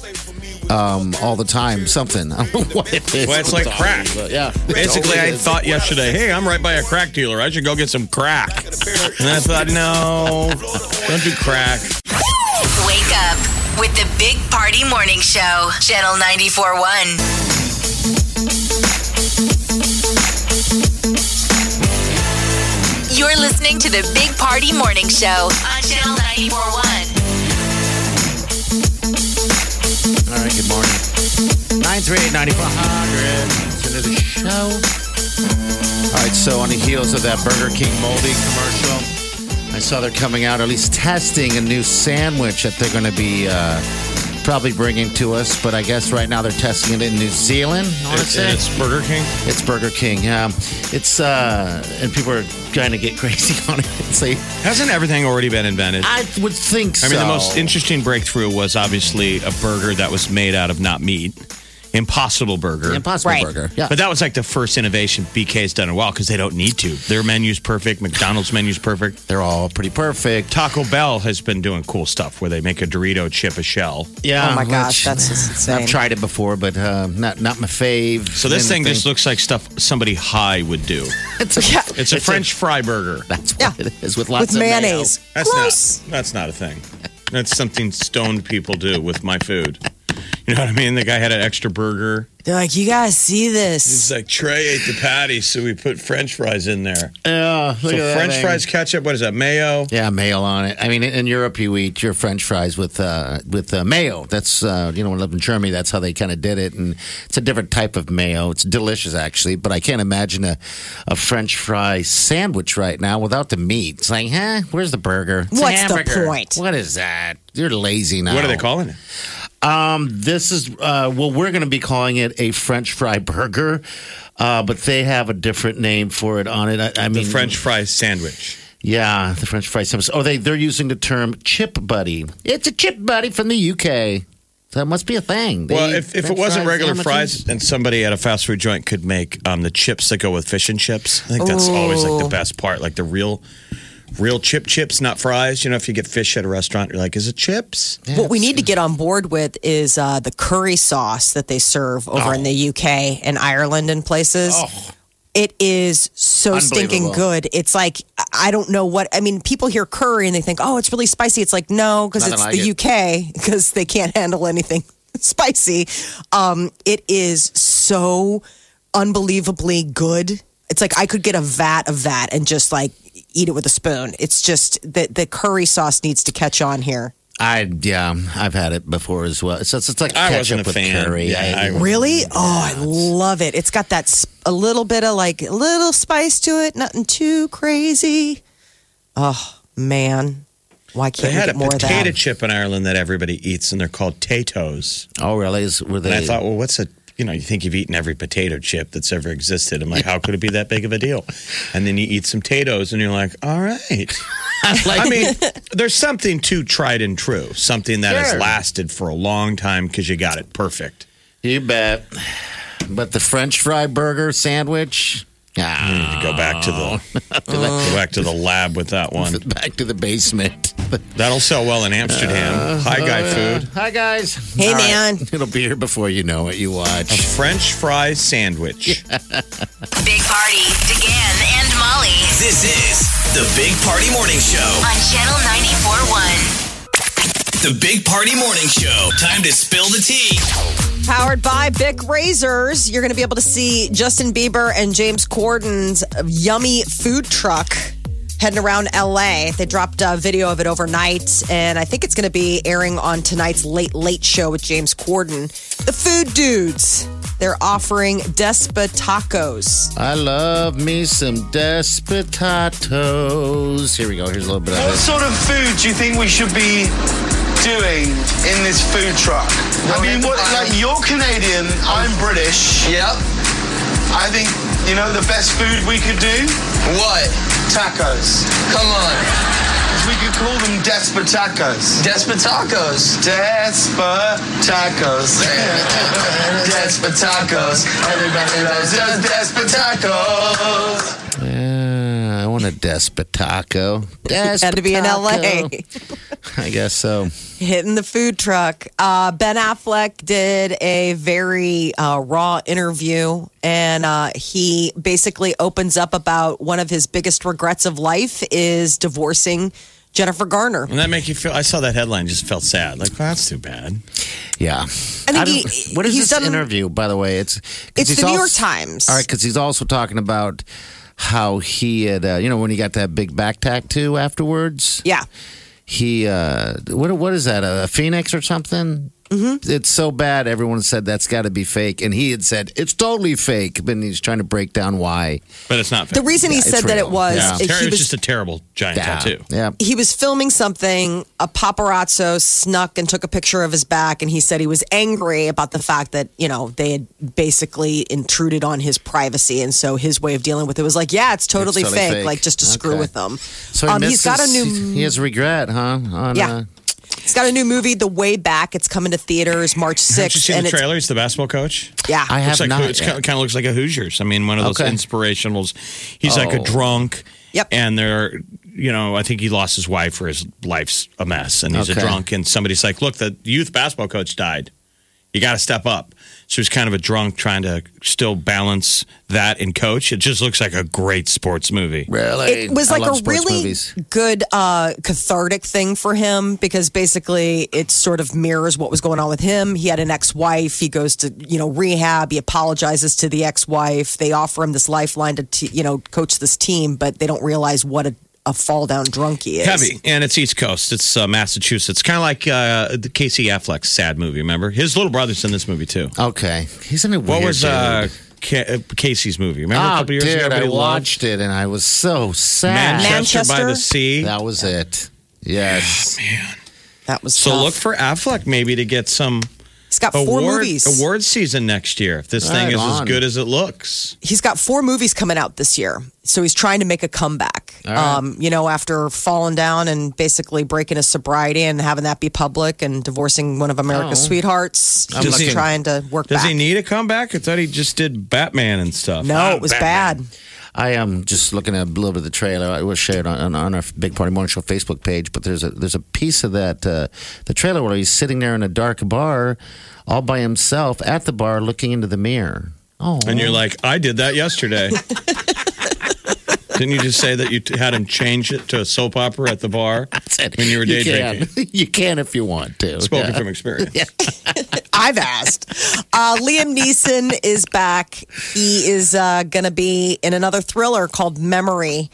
Speaker 3: um, all the time. Something. (laughs) I don't know what it is.
Speaker 1: Well, it's like crack.
Speaker 3: But yeah.
Speaker 1: Basically, I thought yesterday, hey, I'm right by a crack dealer. I should go get some crack. And I thought, no, don't do crack.
Speaker 4: Wake up with the Big Party Morning Show, Channel 94.1. You're listening to the Big Party Morning Show on Channel 94.1.
Speaker 3: All right, good morning. 938-9400. Listen to the show. All right, so on the heels of that Burger King moldy commercial, I saw they're coming out, or at least testing a new sandwich that they're going to be uh, probably bringing to us. But I guess right now they're testing it in New Zealand. I wanna
Speaker 1: It's,
Speaker 3: say.
Speaker 1: it's Burger King.
Speaker 3: It's Burger King. Um, it's uh, and people are trying to get (laughs) crazy on it. It's like,
Speaker 1: Hasn't everything already been invented?
Speaker 3: I would think.
Speaker 1: I mean, the most
Speaker 3: so.
Speaker 1: interesting breakthrough was obviously a burger that was made out of not meat, Impossible Burger.
Speaker 3: Impossible
Speaker 2: Right.
Speaker 3: Burger. Yeah.
Speaker 1: But that was like the first innovation BK's done in a while because they don't need to. Their menu's perfect. McDonald's menu's perfect.
Speaker 3: they're all pretty perfect.
Speaker 1: Taco Bell has been doing cool stuff where they make a Dorito chip a shell.
Speaker 3: Yeah.
Speaker 2: oh my gosh,
Speaker 3: which-
Speaker 2: that's just
Speaker 3: (laughs)
Speaker 2: insane.
Speaker 3: I've tried it before, but uh, not not my fave.
Speaker 1: So this thing
Speaker 3: And the
Speaker 1: just looks like stuff somebody high would do.
Speaker 3: (laughs) it's a,
Speaker 2: Yeah.
Speaker 1: It's a French fry burger.
Speaker 3: (laughs) that's what
Speaker 2: Yeah.
Speaker 3: it is with lots
Speaker 2: with
Speaker 3: of mayo.
Speaker 2: mayonnaise.
Speaker 1: That's
Speaker 2: Gross.
Speaker 1: not. That's not a thing. That's something stoned people do with my food. You know what I mean? The guy had an extra burger.
Speaker 2: They're like, you guys see this?
Speaker 1: It's like Trey ate the patty, so we put French fries in there.
Speaker 3: Yeah, look
Speaker 1: so
Speaker 3: at that
Speaker 1: French
Speaker 3: thing.
Speaker 1: fries, ketchup. What is that? Mayo.
Speaker 3: Yeah, mayo on it. I mean, in Europe, you eat your French fries with uh, with uh, mayo. That's uh, you know, when I lived in Germany, that's how they kind of did it, and it's a different type of mayo. It's delicious, actually, but I can't imagine a, a French fry sandwich right now without the meat. It's like, huh? Where's the burger? It's a
Speaker 2: What's the
Speaker 3: hamburger.
Speaker 2: point?
Speaker 3: What is that? You're lazy now.
Speaker 1: What are they calling it?
Speaker 3: Um, this is uh, well, we're going to be calling it a French fry burger, uh, but they have a different name for it on it. I, I
Speaker 1: The
Speaker 3: mean,
Speaker 1: French fry sandwich.
Speaker 3: yeah, the French fry sandwich. Oh, they they're using the term chip buddy. It's a chip buddy from the UK. That must be a thing. They
Speaker 1: well,
Speaker 3: eat
Speaker 1: if, if it
Speaker 3: French
Speaker 1: wasn't regular
Speaker 3: sandwiches.
Speaker 1: fries, and somebody at a fast food joint could make um, the chips that go with fish and chips, I think that's always like the best part. Like the real, real chip chips, not fries. You know, if you get fish at a restaurant, you're like, is it chips?
Speaker 2: What we need to get on board with is uh, the curry sauce that they serve over in
Speaker 3: Oh.
Speaker 2: the UK and Ireland and places. It is so stinking
Speaker 3: Unbelievable.
Speaker 2: good. It's like I- I don't know what I mean. People hear curry and they think, "Oh, it's really spicy." It's like no, because
Speaker 3: Nothing
Speaker 2: it's
Speaker 3: like
Speaker 2: the
Speaker 3: it.
Speaker 2: (laughs) UK because they can't handle anything (laughs) spicy. Um, it is so unbelievably good. It's like I could get a vat of that and just like eat it with a spoon. It's just that the curry sauce needs to catch on here.
Speaker 3: I yeah, I've had it before as well. So it's, it's like
Speaker 1: I
Speaker 3: ketchup
Speaker 1: wasn't a
Speaker 3: with
Speaker 1: fan.
Speaker 3: curry.
Speaker 1: Yeah, I-
Speaker 2: Really?
Speaker 1: Mm-hmm.
Speaker 2: Oh, I love it. It's got that sp- a little bit of like a little spice to it, nothing too crazy. Oh man, why
Speaker 1: They
Speaker 2: can't we
Speaker 1: had a
Speaker 2: get more of
Speaker 1: potato
Speaker 2: that?
Speaker 1: chip in Ireland that everybody eats, and they're called tatoes.
Speaker 3: oh, really? Is, were they?
Speaker 1: And I thought, well, what's a you know, you think you've eaten every potato chip that's ever existed. I'm like, how could it be that big of a deal? And then you eat some potatoes and you're like, all right.
Speaker 2: (laughs)
Speaker 1: I mean, there's something to tried and true, something that has
Speaker 3: Sure.
Speaker 1: lasted for a long time because you got it perfect.
Speaker 3: You bet. But the French fry burger sandwich,
Speaker 1: We need to go back to the
Speaker 2: Oh.
Speaker 1: (laughs) go back to the lab with that one.
Speaker 3: (laughs) Back to the basement. Uh,
Speaker 1: That'll sell well in Amsterdam.
Speaker 2: Uh,
Speaker 1: Hi,
Speaker 2: oh,
Speaker 1: guy food.
Speaker 3: Hi, guys.
Speaker 2: Hey, man.
Speaker 3: (laughs) It'll be here before you know it. You watch.
Speaker 1: (laughs) French fry sandwich.
Speaker 4: Big Party, DeGan and Molly
Speaker 5: This is the Big Party Morning Show.
Speaker 4: on Channel 94.1.
Speaker 5: The Big Party Morning Show. Time to spill the tea.
Speaker 2: Powered by Bic Razors, you're going to be able to see Justin Bieber and James Corden's yummy food truck heading around LA. They dropped a video of it overnight, and I think it's going to be airing on tonight's Late Late Show with James Corden. The Food Dudes, they're offering Despa Tacos.
Speaker 3: I love me some despotatoes. Here we go. Here's a little bit
Speaker 6: What
Speaker 3: of it.
Speaker 6: sort of food do you think we should be doing in this food truck? I mean, what, like, you're Canadian, I'm British. Yep. I think, you know, the best food we could do? What? Tacos. Come on. We could call them Desper Tacos. Desper Tacos. Desper Tacos. Desper Tacos. Everybody loves those Desper Tacos.
Speaker 3: Yeah, I want a despotaco.
Speaker 2: Had to be in LA.
Speaker 3: Despotaco. I guess so.
Speaker 2: (laughs) hitting the food truck. Uh, ben Affleck did a very uh, raw interview, and uh, he basically opens up about one of his biggest regrets of life is divorcing Jennifer Garner.
Speaker 1: And that make you feel? I saw that headline, just felt sad. Like well, that's too bad.
Speaker 3: Yeah.
Speaker 2: think
Speaker 3: don't-
Speaker 2: he-
Speaker 3: what is
Speaker 2: he's
Speaker 3: this
Speaker 2: done-
Speaker 3: interview, by the way? It's 'cause
Speaker 2: It's
Speaker 3: he's
Speaker 2: the New York
Speaker 3: als-
Speaker 2: Times.
Speaker 3: All right, because he's also talking about how he had, uh, you know, when he got that big back tattoo afterwards.
Speaker 2: Yeah.
Speaker 3: He, uh, what what is that? A phoenix or something? Mm-hmm. It's so bad. Everyone said that's got to be fake, and he had said it's totally fake. But he's trying to break down why.
Speaker 1: But it's not.
Speaker 2: The reason he
Speaker 3: it's
Speaker 2: said that
Speaker 3: real.
Speaker 2: it was
Speaker 3: Yeah.
Speaker 2: he
Speaker 1: Terry was
Speaker 2: was
Speaker 1: just a terrible giant tattoo.
Speaker 3: Yeah.
Speaker 2: he was filming something. A paparazzo snuck and took a picture of his back, and he said he was angry about the fact that you know they had basically intruded on his privacy, and so his way of dealing with it was like, yeah, it's totally,
Speaker 3: totally
Speaker 2: fake,
Speaker 3: fake.
Speaker 2: like just to screw
Speaker 3: Okay.
Speaker 2: with them.
Speaker 3: So he
Speaker 2: um, he's got a
Speaker 3: misses-
Speaker 2: new
Speaker 3: He has regret, huh? On,
Speaker 2: Yeah.
Speaker 3: uh,
Speaker 2: he's got a new movie, The Way Back. It's coming to theaters March
Speaker 1: Did you
Speaker 2: sixth,
Speaker 1: see the
Speaker 2: and it's
Speaker 1: trailer? He's the basketball coach.
Speaker 2: yeah.
Speaker 3: I
Speaker 1: Looks
Speaker 3: have
Speaker 1: like
Speaker 3: not.
Speaker 1: it's
Speaker 3: yet.
Speaker 1: kind, of, kind of looks like a Hoosiers. I mean, one of those
Speaker 3: Okay.
Speaker 1: inspirationals. He's like a
Speaker 3: Oh.
Speaker 1: drunk.
Speaker 2: Yep.
Speaker 1: And they're, you know, I think he lost his wife or his life's a mess, and he's
Speaker 3: Okay.
Speaker 1: a drunk. And somebody's like, "Look, the youth basketball coach died. You got to step up." So he's kind of a drunk trying to still balance that and coach. It just looks like a great sports movie.
Speaker 3: Really?
Speaker 2: it was
Speaker 3: I
Speaker 2: like
Speaker 3: love
Speaker 2: a
Speaker 3: sports
Speaker 2: really
Speaker 3: movies.
Speaker 2: good uh, cathartic thing for him because basically it sort of mirrors what was going on with him. He had an ex-wife. He goes to you know rehab. He apologizes to the ex-wife. They offer him this lifeline to t- you know coach this team, but they don't realize what a, a fall down drunk he is.
Speaker 1: Heavy, and it's East Coast. It's uh, Massachusetts. Kind of like uh, the Casey Affleck's sad movie. Remember, his little brother's in this movie too.
Speaker 3: Okay. He's in a weird
Speaker 1: What was uh,
Speaker 3: dude.
Speaker 1: Ca- uh, Casey's movie? Remember a
Speaker 3: Oh,
Speaker 1: couple years
Speaker 3: dude,
Speaker 1: ago?
Speaker 3: I
Speaker 1: everybody loved?
Speaker 3: watched it and I was so sad.
Speaker 1: Manchester, by
Speaker 2: Manchester?
Speaker 1: the Sea.
Speaker 3: That was it. Yes.
Speaker 2: That was
Speaker 1: So
Speaker 2: tough.
Speaker 1: look for Affleck maybe to get some
Speaker 2: He's got four
Speaker 1: award
Speaker 2: movies.
Speaker 1: award season next year if this thing
Speaker 3: Right
Speaker 1: is as
Speaker 3: on.
Speaker 1: good as it looks.
Speaker 2: he's got four movies coming out this year. So he's trying to make a comeback. Um, you know, after falling down and basically breaking his sobriety and having that be public and divorcing one of America's
Speaker 3: Oh.
Speaker 2: sweethearts,
Speaker 3: I'm
Speaker 2: he's
Speaker 3: looking-
Speaker 2: trying to work
Speaker 1: Does
Speaker 2: back.
Speaker 1: he need a comeback? I thought he just did Batman and stuff.
Speaker 2: no, it was bad.
Speaker 3: I am just looking at a little bit of the trailer. I was shared on, on, on our Big Party Morning Show Facebook page, but there's a there's a piece of that uh, the trailer where he's sitting there in a dark bar, all by himself at the bar, looking into the mirror. Oh,
Speaker 1: And you're like, I did that
Speaker 3: (laughs)
Speaker 1: yesterday. Didn't you just say that you t- had him change it to a soap opera at the bar when you were day drinking?
Speaker 3: can. (laughs) you can if you want to.
Speaker 1: Spoken
Speaker 3: Yeah.
Speaker 1: from experience.
Speaker 2: I've asked. Uh, Liam Neeson is back. He is uh, going to be in another thriller called Memory.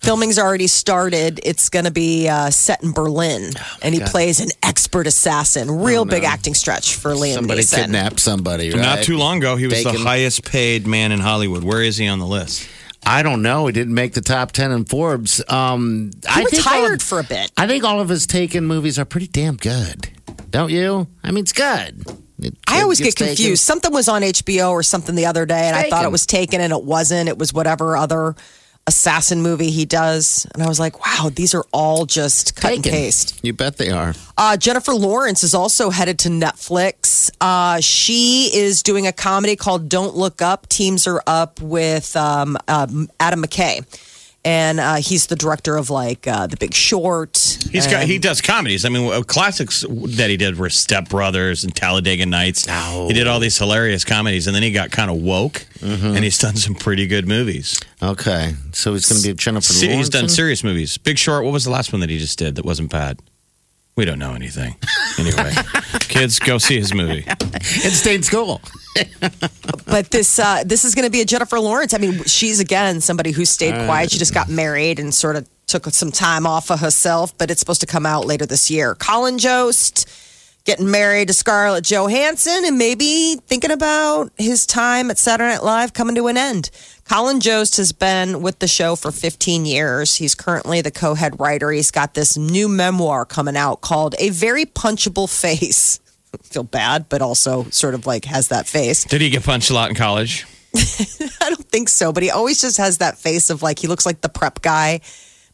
Speaker 2: Filming's already started. It's going to be uh, set in
Speaker 3: Oh
Speaker 2: Berlin, and he plays an expert assassin. Real big acting stretch for Liam
Speaker 3: Somebody
Speaker 2: Neeson.
Speaker 3: kidnapped somebody.
Speaker 1: Not
Speaker 3: right?
Speaker 1: too long ago, he was the
Speaker 3: Bacon.
Speaker 1: highest paid man in Hollywood. Where is he on the list?
Speaker 3: I don't know. He didn't make the top ten in Forbes. Um,
Speaker 2: He
Speaker 3: I think all
Speaker 2: retired
Speaker 3: of-
Speaker 2: for a bit.
Speaker 3: I think all of his Taken movies are pretty damn good, don't you? I mean, it's good. It-
Speaker 2: I
Speaker 3: it
Speaker 2: always get
Speaker 3: gets taken.
Speaker 2: confused. Something was on HBO or something the other day, and I thought
Speaker 3: Taken.
Speaker 2: it was taken, and it wasn't. It was whatever other assassin movie he does. And I was like, wow, these are all just cut
Speaker 3: Taken.
Speaker 2: and paste.
Speaker 3: You bet they are.
Speaker 2: Uh, Jennifer Lawrence is also headed to Netflix. Uh, she is doing a comedy called Don't Look Up. Teams are up with um, um, Adam McKay. And uh, he's the director of like uh, The Big Short.
Speaker 1: He's got,
Speaker 2: Um,
Speaker 1: he does comedies. I mean, uh, classics that he did were Step Brothers and Talladega Nights. He did all these hilarious comedies, and then he got kind of woke,
Speaker 2: Mm-hmm.
Speaker 1: and he's done some pretty good movies.
Speaker 3: Okay, so he's going to be Jennifer
Speaker 1: Se- he's
Speaker 3: Lawrence.
Speaker 1: done
Speaker 3: in it?
Speaker 1: serious movies. Big Short. What was the last one that he just did that wasn't bad? We don't know anything.
Speaker 2: (laughs)
Speaker 1: Anyway, kids, go see his movie.
Speaker 3: It (laughs) stayed school.
Speaker 2: But this uh, this is going to be a Jennifer Lawrence. I mean, she's again somebody who stayed quiet. She just got married and sort of took some time off of herself. But it's supposed to come out later this year. Colin Jost getting married to Scarlett Johansson and maybe thinking about his time at Saturday Night Live coming to an end. Colin Jost has been with the show for 15 years. He's currently the co-head writer. He's got this new memoir coming out called A Very Punchable (laughs) Face. Feel bad, but also sort of like has that face.
Speaker 1: Did he get punched a lot in college?
Speaker 2: (laughs) I don't think so, but he always just has that face of like he looks like the prep guy,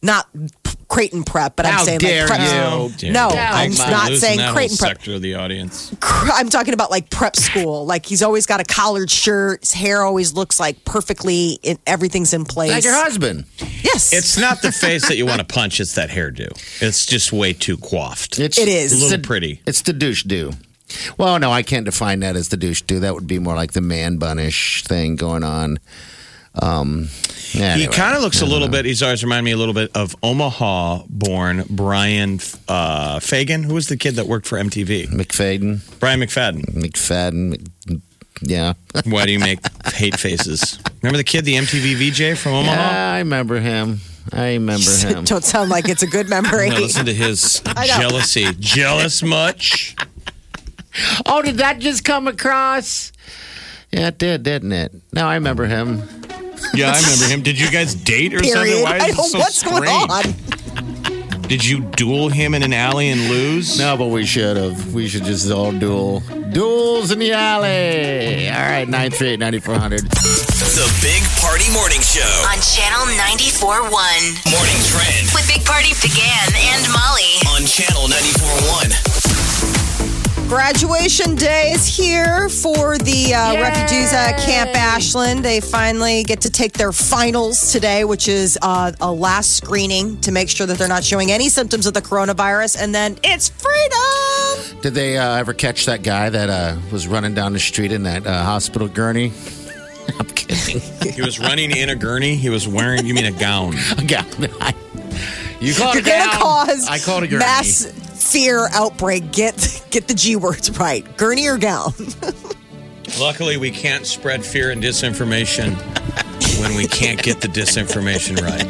Speaker 2: not p- Creighton prep, but I'm
Speaker 3: How
Speaker 2: saying
Speaker 3: dare
Speaker 2: like prep.
Speaker 3: you.
Speaker 2: No, I'm
Speaker 1: Thanks for
Speaker 2: not
Speaker 1: losing
Speaker 2: saying
Speaker 1: that whole
Speaker 2: Creighton prep.
Speaker 1: sector of the audience.
Speaker 2: Cr- I'm talking about like prep school. Like he's always got a collared shirt. His hair always looks like perfectly. In, everything's in place.
Speaker 3: Like your husband.
Speaker 2: yes, (laughs)
Speaker 1: It's not the face that you want to punch; it's that hairdo. It's just way too coiffed.
Speaker 3: It's,
Speaker 2: It is.
Speaker 1: a little
Speaker 3: the-
Speaker 1: pretty.
Speaker 3: It's the douche do. Well, no, I can't define that as the douche do. That would be more like the man bunish thing going on. Um,
Speaker 1: He kind of
Speaker 2: Mm-hmm.
Speaker 1: looks a little bit. He's always reminded me a little bit of Omaha-born Brian uh, Fagan, who was the kid that worked for MTV.
Speaker 3: McFadden,
Speaker 1: Brian McFadden.
Speaker 3: McFadden, Mc- yeah.
Speaker 1: Why do you make hate faces? Remember the kid, the MTV VJ from Omaha?
Speaker 3: (laughs) I remember him. I (laughs) remember him.
Speaker 2: don't sound like it's a
Speaker 1: (laughs)
Speaker 2: good memory.
Speaker 1: Now listen to
Speaker 2: (laughs)
Speaker 1: his jealousy. Jealous much?
Speaker 3: Oh, did that just come across? Yeah, it did, didn't it? No, I remember him.
Speaker 1: Yeah, I remember him. Did you guys date or something?
Speaker 2: Period.
Speaker 1: Why is
Speaker 2: I
Speaker 1: it
Speaker 2: don't.
Speaker 1: so
Speaker 2: what's going
Speaker 1: strange?
Speaker 2: on?
Speaker 1: Did you duel him in an alley and lose?
Speaker 3: No, but we should have. We should just all duel. Duels in the alley. All right, 938 9400.
Speaker 5: The Big Party Morning Show.
Speaker 4: On Channel 94.1.
Speaker 5: Morning Trend
Speaker 4: With Big Party began and Molly.
Speaker 5: on Channel 941.
Speaker 2: Graduation day is here for the uh, refugees at Camp Ashland. They finally get to take their finals today, which is uh, a last screening to make sure that they're not showing any symptoms of the coronavirus. And then it's freedom.
Speaker 3: Did they uh, ever catch that guy that uh, was running down the street in that uh, hospital gurney? (laughs) I'm kidding.
Speaker 1: He was running in a gurney. He was wearing, you mean a gown.
Speaker 3: yeah, I, you called
Speaker 2: You're
Speaker 3: it
Speaker 2: going to
Speaker 3: down.
Speaker 2: cause
Speaker 3: I called a gurney.
Speaker 2: mass fear outbreak. Get get the G words right. Gurney or gown. (laughs)
Speaker 1: Luckily, we can't spread fear and disinformation when we can't get the disinformation right.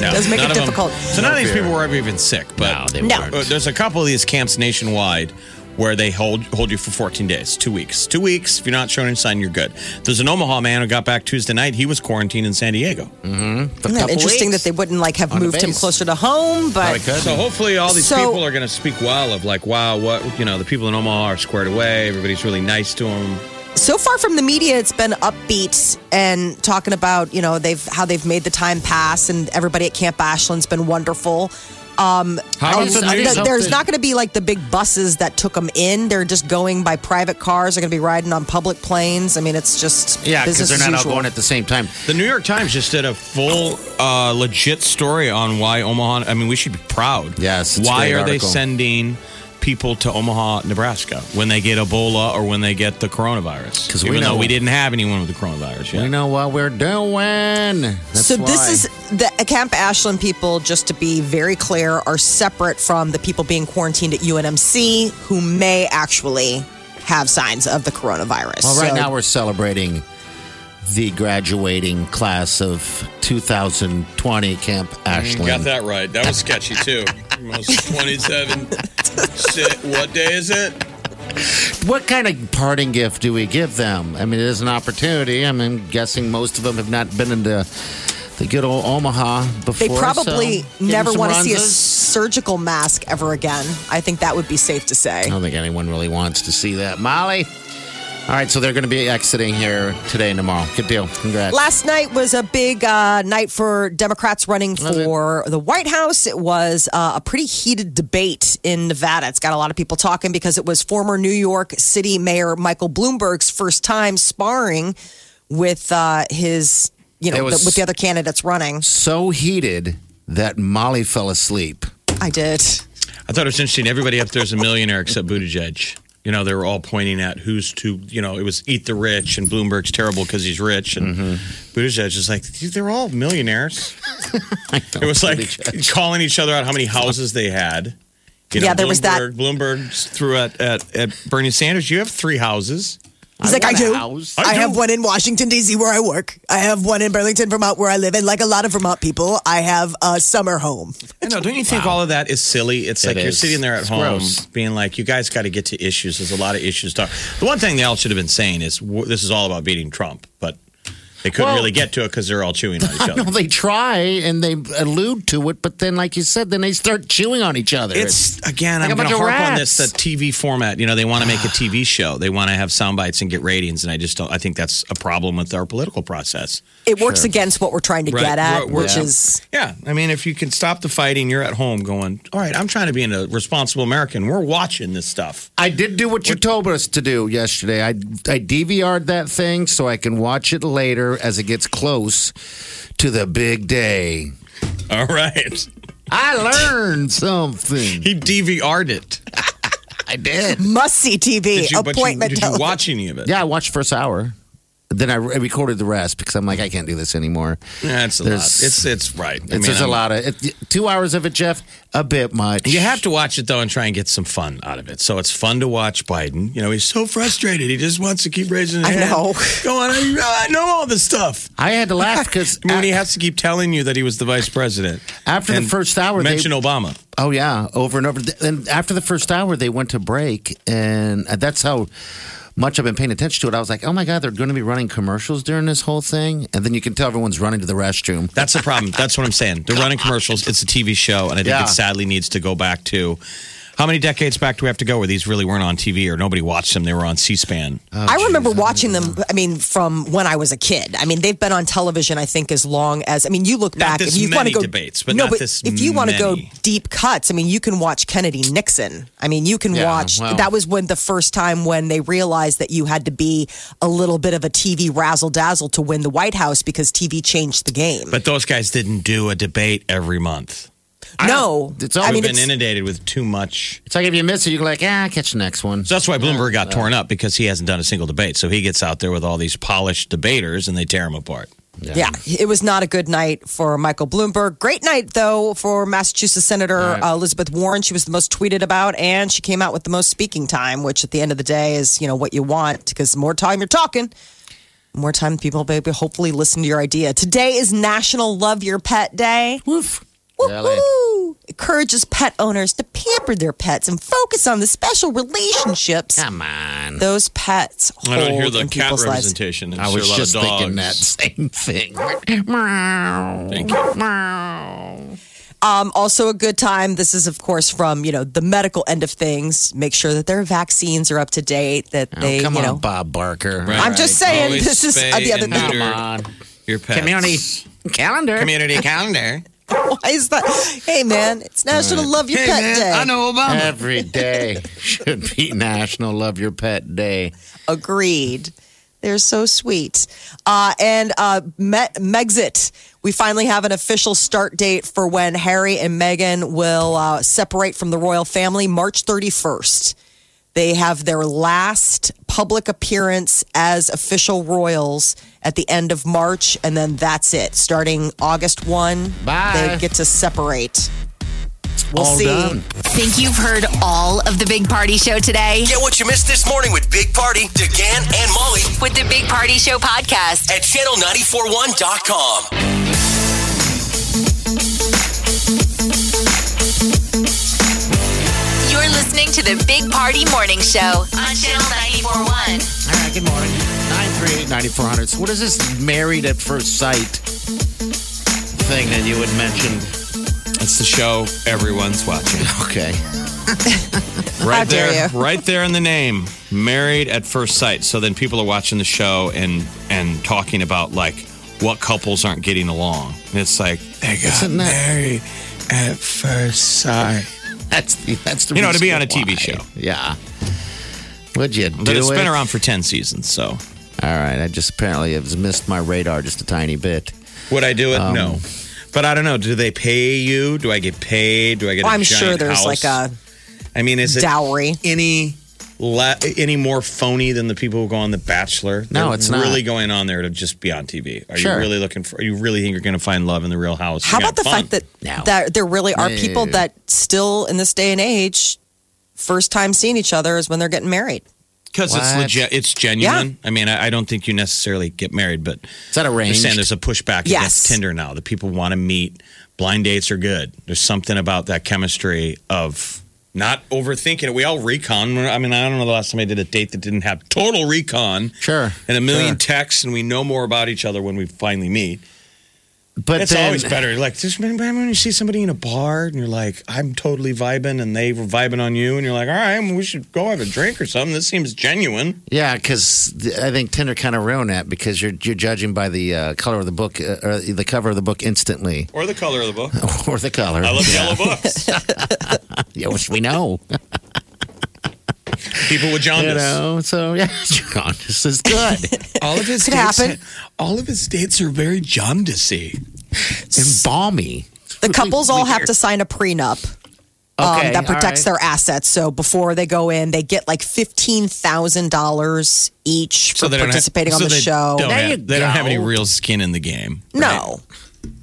Speaker 1: No,
Speaker 2: Does make
Speaker 1: none
Speaker 2: it
Speaker 1: of them-
Speaker 2: difficult.
Speaker 1: So none of these people were ever even sick, but
Speaker 2: No.
Speaker 1: Uh, there's a couple of these camps nationwide where they hold hold you for 14 days, two weeks, two weeks. If you're not showing any sign, you're good. There's an Omaha man who got back Tuesday night. He was quarantined in San Diego.
Speaker 3: For a
Speaker 2: Isn't that
Speaker 3: couple
Speaker 2: interesting
Speaker 3: weeks.
Speaker 2: that they wouldn't like have
Speaker 3: On the
Speaker 2: moved him
Speaker 3: base.
Speaker 2: closer to home? But
Speaker 1: So hopefully, all these
Speaker 2: So-
Speaker 1: people are going to speak well of like, wow, what you know, the people in Omaha are squared away. Everybody's really nice to them.
Speaker 2: so far from the media it's been upbeat and talking about you know they've how they've made the time pass and everybody at camp ashland's been wonderful um
Speaker 3: How
Speaker 2: and
Speaker 3: is the
Speaker 2: th-
Speaker 3: news
Speaker 2: there's
Speaker 3: upbeat?
Speaker 2: not going to be like the big buses that took them in they're just going by private cars they're going to be riding on public planes i mean it's just
Speaker 3: Yeah, because
Speaker 2: business
Speaker 3: they're not
Speaker 2: as
Speaker 3: all
Speaker 2: usual.
Speaker 3: going at the same time.
Speaker 1: The New York Times just did a full, uh, legit story on why Omaha. I mean, we should be proud.
Speaker 3: Yes, it's a
Speaker 1: Why
Speaker 3: great
Speaker 1: are they
Speaker 3: article.
Speaker 1: sending people to Omaha, Nebraska, when they get Ebola or when they get the coronavirus?
Speaker 3: 'Cause we
Speaker 1: even
Speaker 3: know-
Speaker 1: though we didn't have anyone with the coronavirus yet.
Speaker 3: We know what we're doing. That's
Speaker 2: so this
Speaker 3: why.
Speaker 2: is the uh, Camp Ashland people, just to be very clear, are separate from the people being quarantined at UNMC who may actually have signs of the coronavirus.
Speaker 3: Well, right
Speaker 2: So-
Speaker 3: now we're celebrating the graduating class of 2020 Camp Ashland.
Speaker 1: Mm, Got that right. That was sketchy too. Most
Speaker 3: (laughs)
Speaker 1: 27. Shit, what day is it?
Speaker 3: What kind of parting gift do we give them? I mean, it is an opportunity. I mean, I'm guessing most of them have not been into the good old Omaha before.
Speaker 2: They
Speaker 3: so
Speaker 2: probably
Speaker 3: give them
Speaker 2: never
Speaker 3: some
Speaker 2: want to see a
Speaker 3: Ronzas.
Speaker 2: surgical mask ever again. I think that would be safe to say.
Speaker 3: I don't think anyone really wants to see that. Molly, All right, so they're going to be exiting here today and tomorrow. Good deal. Congrats.
Speaker 2: Last night was a big uh, night for Democrats running for the White House. It was uh, a pretty heated debate in Nevada. It's got a lot of people talking because it was former New York City Mayor Michael Bloomberg's first time sparring with uh, his, you know,
Speaker 3: It was-
Speaker 2: the, with the other candidates running.
Speaker 3: so heated that Molly fell asleep.
Speaker 2: I did.
Speaker 1: I thought it was interesting. Everybody up there is a millionaire except Buttigieg. You know, they were all pointing at who's to, you know, it was eat the rich and Bloomberg's terrible because he's rich. And Buttigieg is like, "Dude, they're all millionaires. it
Speaker 3: (laughs)
Speaker 1: was like (laughs) calling each other out how many houses they had. You
Speaker 2: Yeah, there was that-
Speaker 1: Bloomberg- Bloomberg threw at, at, at Bernie Sanders, you have three houses.
Speaker 2: He's like, I
Speaker 3: want a
Speaker 2: do.
Speaker 3: house.
Speaker 2: I,
Speaker 1: I do."
Speaker 2: have one in Washington, D.C., where I work. I have one in Burlington, Vermont, where I live. And like a lot of Vermont people, I have a summer home.
Speaker 1: I know. Don't you think all of that is silly? It's
Speaker 3: It
Speaker 1: like you're
Speaker 3: is.
Speaker 1: sitting there at
Speaker 3: It's
Speaker 1: home
Speaker 3: gross.
Speaker 1: being like, you guys got to get to issues. There's a lot of issues. To the one thing they all should have been saying is w- this is all about beating Trump, but they couldn't
Speaker 3: Well-
Speaker 1: really get to it because they're all chewing
Speaker 3: (laughs)
Speaker 1: on each
Speaker 3: No,
Speaker 1: other.
Speaker 3: they try and they allude to it, but then, like you said, then they start chewing on each other.
Speaker 1: It's again,
Speaker 3: Like a
Speaker 1: I'm going
Speaker 3: bunch
Speaker 1: to
Speaker 3: of
Speaker 1: harp on this. The
Speaker 3: rats.
Speaker 1: TV format, you know, they want to make a
Speaker 3: (sighs)
Speaker 1: TV show. They want to have sound bites and get ratings, and I just don't. I think that's a problem with our political process.
Speaker 2: It works against what we're trying to
Speaker 1: Right.
Speaker 2: get at,
Speaker 1: We're- we're-
Speaker 2: which
Speaker 1: Yeah.
Speaker 2: is
Speaker 1: Yeah, I mean, if you can stop the fighting, you're at home going, "All right, I'm trying to be a responsible American. We're watching this stuff." (laughs)
Speaker 3: I did do what you told us to do yesterday. I I DVR'd that thing so I can watch it later as it gets close to the big day.
Speaker 1: All right,
Speaker 3: I learned something.
Speaker 1: he DVR'd it.
Speaker 3: I did.
Speaker 2: must see TV,
Speaker 1: Did you, but you,
Speaker 2: appointment
Speaker 1: did you
Speaker 2: television.
Speaker 1: watch any of it?
Speaker 3: Yeah, I watched first hour. Then I re- recorded the rest because I'm like, I can't do this anymore.
Speaker 1: Yeah, it's a
Speaker 3: There's-
Speaker 1: lot. It's it's right.
Speaker 3: It's just a lot of it, two hours of it, Jeff. A bit much.
Speaker 1: You have to watch it though and try and get some fun out of it. So it's fun to watch Biden. You know, he's so frustrated. He just wants to keep raising his
Speaker 2: I
Speaker 1: hand.
Speaker 2: know.
Speaker 1: Going, I, I know all this stuff.
Speaker 3: I had to laugh because
Speaker 1: I mean, when he has to keep telling you that he was the vice president.
Speaker 3: after the
Speaker 1: And
Speaker 3: first hour, they,
Speaker 1: mention Obama.
Speaker 3: Oh yeah, over and over. And after the first hour, they went to break, and uh, that's how much I've been paying attention to it. I was like, oh my god, they're going to be running commercials during this whole thing, and then you can tell everyone's running to the restroom.
Speaker 1: That's the problem. That's what I'm saying. They're running commercials. It's a TV show, and I think
Speaker 3: Yeah.
Speaker 1: it sadly needs to go back to how many decades back do we have to go where these really weren't on TV or nobody watched them? They were on C-SPAN.
Speaker 2: I remember watching them. I mean, from when I was a kid. I mean, they've been on television. I think as long as I mean, you look
Speaker 1: Not
Speaker 2: back.
Speaker 1: this
Speaker 2: if you want to
Speaker 1: many
Speaker 2: go
Speaker 1: debates, but
Speaker 2: no,
Speaker 1: not
Speaker 2: but
Speaker 1: this
Speaker 2: if you want to go
Speaker 1: many.
Speaker 2: deep cuts, I mean, you can watch Kennedy Nixon. I mean, you can
Speaker 3: Yeah,
Speaker 2: watch.
Speaker 3: wow.
Speaker 2: That was when the first time when they realized that you had to be a little bit of a TV razzle dazzle to win the White House because TV changed the game.
Speaker 1: But those guys didn't do a debate every month.
Speaker 2: no,
Speaker 3: it's
Speaker 2: I
Speaker 1: We've
Speaker 3: always
Speaker 2: mean,
Speaker 1: been
Speaker 2: it's,
Speaker 1: inundated with too much.
Speaker 3: It's like if you miss it, you're like, ah, catch the next one.
Speaker 1: So that's why Bloomberg got torn up because he hasn't done a single debate. So he gets out there with all these polished debaters and they tear him apart.
Speaker 2: Yeah, it was not a good night for Michael Bloomberg. Great night, though, for Massachusetts Senator uh, Elizabeth Warren. She was the most tweeted about, and she came out with the most speaking time, which at the end of the day is, you know, what you want because the more time you're talking, the more time people maybe hopefully listen to your idea. Today is National Love Your Pet Day.
Speaker 3: Woof. Really?
Speaker 2: Woo! Encourages pet owners to pamper their pets and focus on the special relationships
Speaker 3: Come on.
Speaker 2: those pets hold
Speaker 1: I don't hear the
Speaker 2: in
Speaker 1: cat
Speaker 2: people's lives.
Speaker 1: representation.
Speaker 3: I was just thinking that (laughs) same thing. Meow.
Speaker 1: Thank you.
Speaker 3: Meow.
Speaker 2: Um, also a good time. This is, of course, from you know the medical end of things. Make sure that their vaccines are up to date. That they,
Speaker 3: Oh, come
Speaker 2: you
Speaker 3: on,
Speaker 2: know,
Speaker 3: Bob Barker.
Speaker 2: I'm just saying
Speaker 1: Always
Speaker 2: this is uh,
Speaker 1: spay
Speaker 2: the other.
Speaker 1: and neuter.
Speaker 3: Come on.
Speaker 1: Your pets.
Speaker 3: Community calendar.
Speaker 1: Community calendar.
Speaker 2: (laughs) Why is that? Hey man, it's National Love Your Pet Day.
Speaker 1: know Obama.
Speaker 3: Every day (laughs) should be National Love Your Pet Day.
Speaker 2: Agreed. They're so sweet. Uh, and uh, Me- Megxit, we finally have an official start date for when Harry and Meghan will uh, separate from the royal family March 31st. They have their last public appearance as official royals at the end of March, and then that's it. Starting August 1,
Speaker 3: Bye.
Speaker 2: they get to separate. We'll
Speaker 3: All
Speaker 2: see.
Speaker 3: done.
Speaker 4: Think you've heard all of the Big Party Show today?
Speaker 5: Get what you missed this morning with Big Party, DeGan, and Molly
Speaker 4: With the Big Party Show podcast.
Speaker 5: at channel941.com.
Speaker 4: You're listening to the Big Party Morning Show on Channel
Speaker 3: All
Speaker 4: 941.
Speaker 3: right, good morning. 938 9400. So, what is this married at first sight thing that you had mentioned?
Speaker 1: That's the show everyone's watching.
Speaker 3: Okay.
Speaker 1: Right
Speaker 2: How dare
Speaker 1: there,
Speaker 2: you.
Speaker 1: right there in the name, married at first sight. So then people are watching the show and and talking about like what couples aren't getting along. And it's like they got
Speaker 3: Isn't that-
Speaker 1: married at first sight.
Speaker 3: That's the, that's the
Speaker 1: You know, to be on a
Speaker 3: reason
Speaker 1: TV
Speaker 3: why.
Speaker 1: show.
Speaker 3: Yeah. Would you do
Speaker 1: But it's
Speaker 3: it?
Speaker 1: been around for ten seasons. So
Speaker 3: All right, I just apparently have missed my radar just a tiny bit.
Speaker 1: would I do it? no. But I don't know. Do they pay you? Do I get paid? Do I get? a
Speaker 2: I'm sure
Speaker 1: giant
Speaker 2: there's
Speaker 1: house?
Speaker 2: like a
Speaker 1: I mean, is it
Speaker 2: Dowry.
Speaker 1: any le- any more phony than the people who go on The Bachelor?
Speaker 3: No,
Speaker 1: They're
Speaker 3: it's not.
Speaker 1: really going on there to just be on TV. Are
Speaker 3: Sure.
Speaker 1: you really looking for? Are you really think you're going to find love in the Real House?
Speaker 2: How
Speaker 1: You
Speaker 2: about the
Speaker 1: got fun.
Speaker 2: fact that
Speaker 3: No.
Speaker 2: that there really are people
Speaker 3: No.
Speaker 2: that still in this day and age, first time seeing each other is when they're getting married.
Speaker 1: because it's
Speaker 3: What?
Speaker 1: legit, it's genuine. I mean, I, I don't think you necessarily get married, but
Speaker 3: Is that
Speaker 1: they're
Speaker 3: arranged?
Speaker 1: saying there's a pushback
Speaker 2: Yes.
Speaker 1: against Tinder now. That people want to meet. Blind dates are good. There's something about that chemistry of not overthinking it. We all recon. I mean, I don't know the last time I did a date that didn't have total recon.
Speaker 3: Sure,
Speaker 1: And a million
Speaker 3: sure.
Speaker 1: texts, and we know more about each other when we finally meet.
Speaker 3: but
Speaker 1: it's
Speaker 3: then,
Speaker 1: always better. Like, just remember when you see somebody in a bar and you're like, I'm totally vibing, and they were vibing on you, and you're like, all right, well, we should go have a drink or something. This seems genuine.
Speaker 3: Yeah, because I think Tinder kind of ruined that because you're you're judging by the uh, color of the book uh, or the cover of the book instantly (laughs)
Speaker 1: Or the color of the book.
Speaker 3: or the color.
Speaker 1: I love yellow (laughs) books.
Speaker 3: yeah, which
Speaker 1: (laughs)
Speaker 3: we know.
Speaker 1: People with
Speaker 3: you
Speaker 1: jaundice.
Speaker 3: know, so yeah, (laughs) jaundice is
Speaker 1: (laughs)
Speaker 3: good.
Speaker 1: All of his
Speaker 2: Could dates- happen.
Speaker 1: All of his dates are very jaundicey.
Speaker 3: and balmy.
Speaker 1: (laughs)
Speaker 2: The couples all have to sign a prenup. Um,
Speaker 3: Okay,
Speaker 2: that
Speaker 3: all
Speaker 2: protects
Speaker 3: right.
Speaker 2: their assets. So before they go in, they get like fifteen thousand dollars each for
Speaker 1: don't have-
Speaker 2: participating
Speaker 1: so
Speaker 2: on the
Speaker 1: they
Speaker 2: show.
Speaker 1: don't
Speaker 3: There
Speaker 1: have-
Speaker 3: you
Speaker 1: they don't have any
Speaker 3: go.
Speaker 1: real skin in the game.
Speaker 2: No,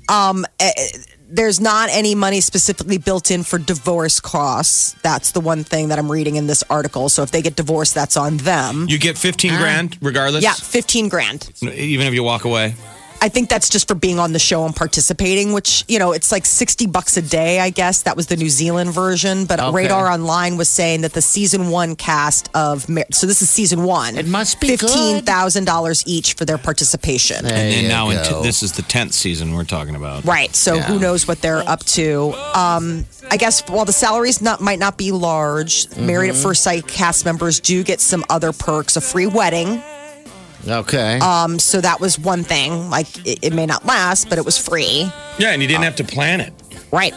Speaker 2: um, eh, eh, there's not any money specifically built in for divorce costs. That's the one thing that I'm reading in this article. So if they get divorced, that's on them.
Speaker 1: You get 15 grand regardless?
Speaker 2: Yeah, fifteen grand.
Speaker 1: Even if you walk away?
Speaker 2: I think that's just for being on the show and participating, which, you know, it's like 60 bucks a day, I guess. That was the New Zealand version. But
Speaker 3: Okay.
Speaker 2: Radar Online was saying that the season one cast of, Mar- so this is season one.
Speaker 3: It must be good.
Speaker 2: $15,000 each for their participation.
Speaker 3: There
Speaker 1: and then
Speaker 3: you
Speaker 1: now in
Speaker 3: go.
Speaker 1: t- this is the 10th season we're talking about
Speaker 2: Right. So who
Speaker 3: Yeah.
Speaker 2: knows what they're up to? Um, I guess while the salaries not might not be large, Married
Speaker 3: Mm-hmm.
Speaker 2: at First Sight cast members do get some other perks, a free wedding.
Speaker 3: okay.
Speaker 1: Uh,
Speaker 2: Um, so that was one thing. Like it, it may not last, but it was free.
Speaker 1: yeah and you didn't have to plan it
Speaker 2: Right.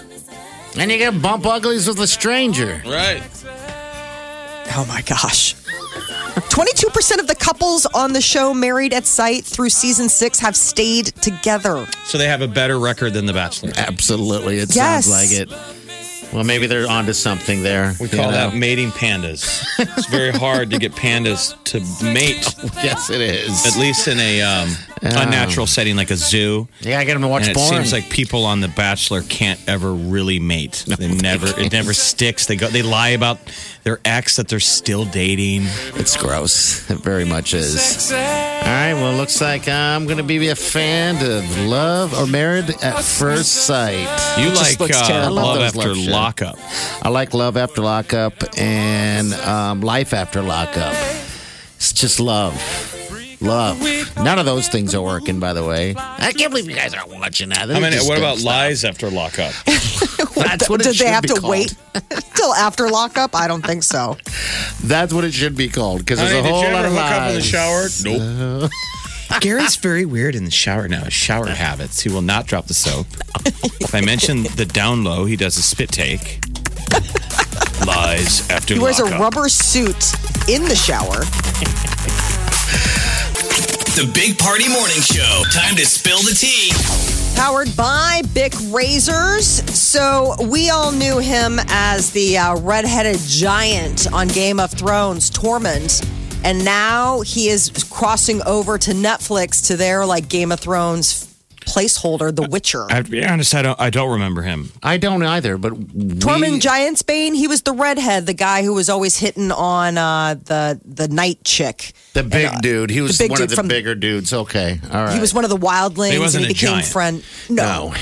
Speaker 3: and you get bump uglies with a stranger.
Speaker 1: right
Speaker 2: Oh my gosh. 22% of the couples on the show Married at Sight through season six have stayed together.
Speaker 1: so they have a better record than the bachelor
Speaker 3: Absolutely, it
Speaker 2: Yes.
Speaker 3: sounds like it. Well, maybe they're onto something there.
Speaker 1: we
Speaker 3: you
Speaker 1: call that
Speaker 3: know?
Speaker 1: mating pandas it's very hard to get pandas to mate
Speaker 3: (laughs) Yes, it is.
Speaker 1: at least in a um, unnatural setting like a zoo
Speaker 3: Yeah, I get them to watch
Speaker 1: and it
Speaker 3: porn.
Speaker 1: seems like people on the bachelor can't ever really mate they never it never sticks they go they lie about their ex that they're still dating
Speaker 3: It's gross. It very much is. All right. Well, it looks like I'm going to be a fan of Love or Married at First Sight.
Speaker 1: you
Speaker 3: It
Speaker 1: like
Speaker 3: just looks
Speaker 1: uh,
Speaker 3: terrible. I
Speaker 1: love
Speaker 3: those
Speaker 1: after
Speaker 3: shit.
Speaker 1: lockup
Speaker 3: I like Love After Lockup and um, Life After Lockup. It's just love. Love. None of those things are working, by the way. I can't believe you guys aren't watching that.
Speaker 1: i mean what about lies after lockup
Speaker 2: (laughs)
Speaker 3: That's what it
Speaker 2: Did
Speaker 3: should
Speaker 2: they have
Speaker 3: be
Speaker 2: to
Speaker 3: called. (laughs)
Speaker 2: wait till after lockup? I don't think so.
Speaker 3: That's what it should be called because there's a
Speaker 1: Honey,
Speaker 3: whole lot of lies.
Speaker 1: Nope.
Speaker 3: (laughs)
Speaker 1: Gary's very weird in the shower now. His shower habits. He will not drop the soap. if I mention the down low, he does a spit
Speaker 3: (laughs)
Speaker 1: take. Lies after
Speaker 2: He wears a
Speaker 1: lockup.
Speaker 2: rubber suit in the shower.
Speaker 5: The Big Party Morning Show. Time to spill the tea.
Speaker 2: Powered by Bic Razors. So we all knew him as the uh, redheaded giant on Game of Thrones, Tormund. And now he is crossing over to Netflix to their like Game of Thrones placeholder, The Witcher.
Speaker 1: I have to be honest. I don't. I don't remember him.
Speaker 3: I don't either, but we,
Speaker 2: Tormund Giantsbane, he was the redhead, the guy who was always hitting on uh, the the night chick.
Speaker 3: The big dude. He was
Speaker 2: uh, big
Speaker 3: one of
Speaker 2: dude
Speaker 3: the
Speaker 2: from-
Speaker 3: bigger dudes. Okay. All right.
Speaker 2: He was one of the wildlings.
Speaker 1: He wasn't
Speaker 2: and he
Speaker 1: a
Speaker 2: became
Speaker 1: giant.
Speaker 2: friend. No.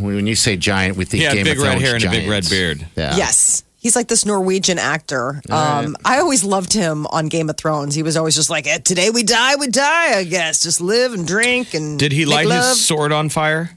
Speaker 3: No. When you say giant, we think
Speaker 1: Yeah,
Speaker 3: Game
Speaker 1: big
Speaker 3: of
Speaker 1: red
Speaker 3: Thrones
Speaker 1: hair and a big red
Speaker 3: giants.
Speaker 1: beard.
Speaker 3: Yeah.
Speaker 2: Yes. He's like this Norwegian actor. Um, I always loved him on Game of Thrones. He was always just like, eh, "Today we die, we die. I guess just live and drink and."
Speaker 1: Did he
Speaker 2: make
Speaker 1: light
Speaker 2: love.
Speaker 1: his sword on fire?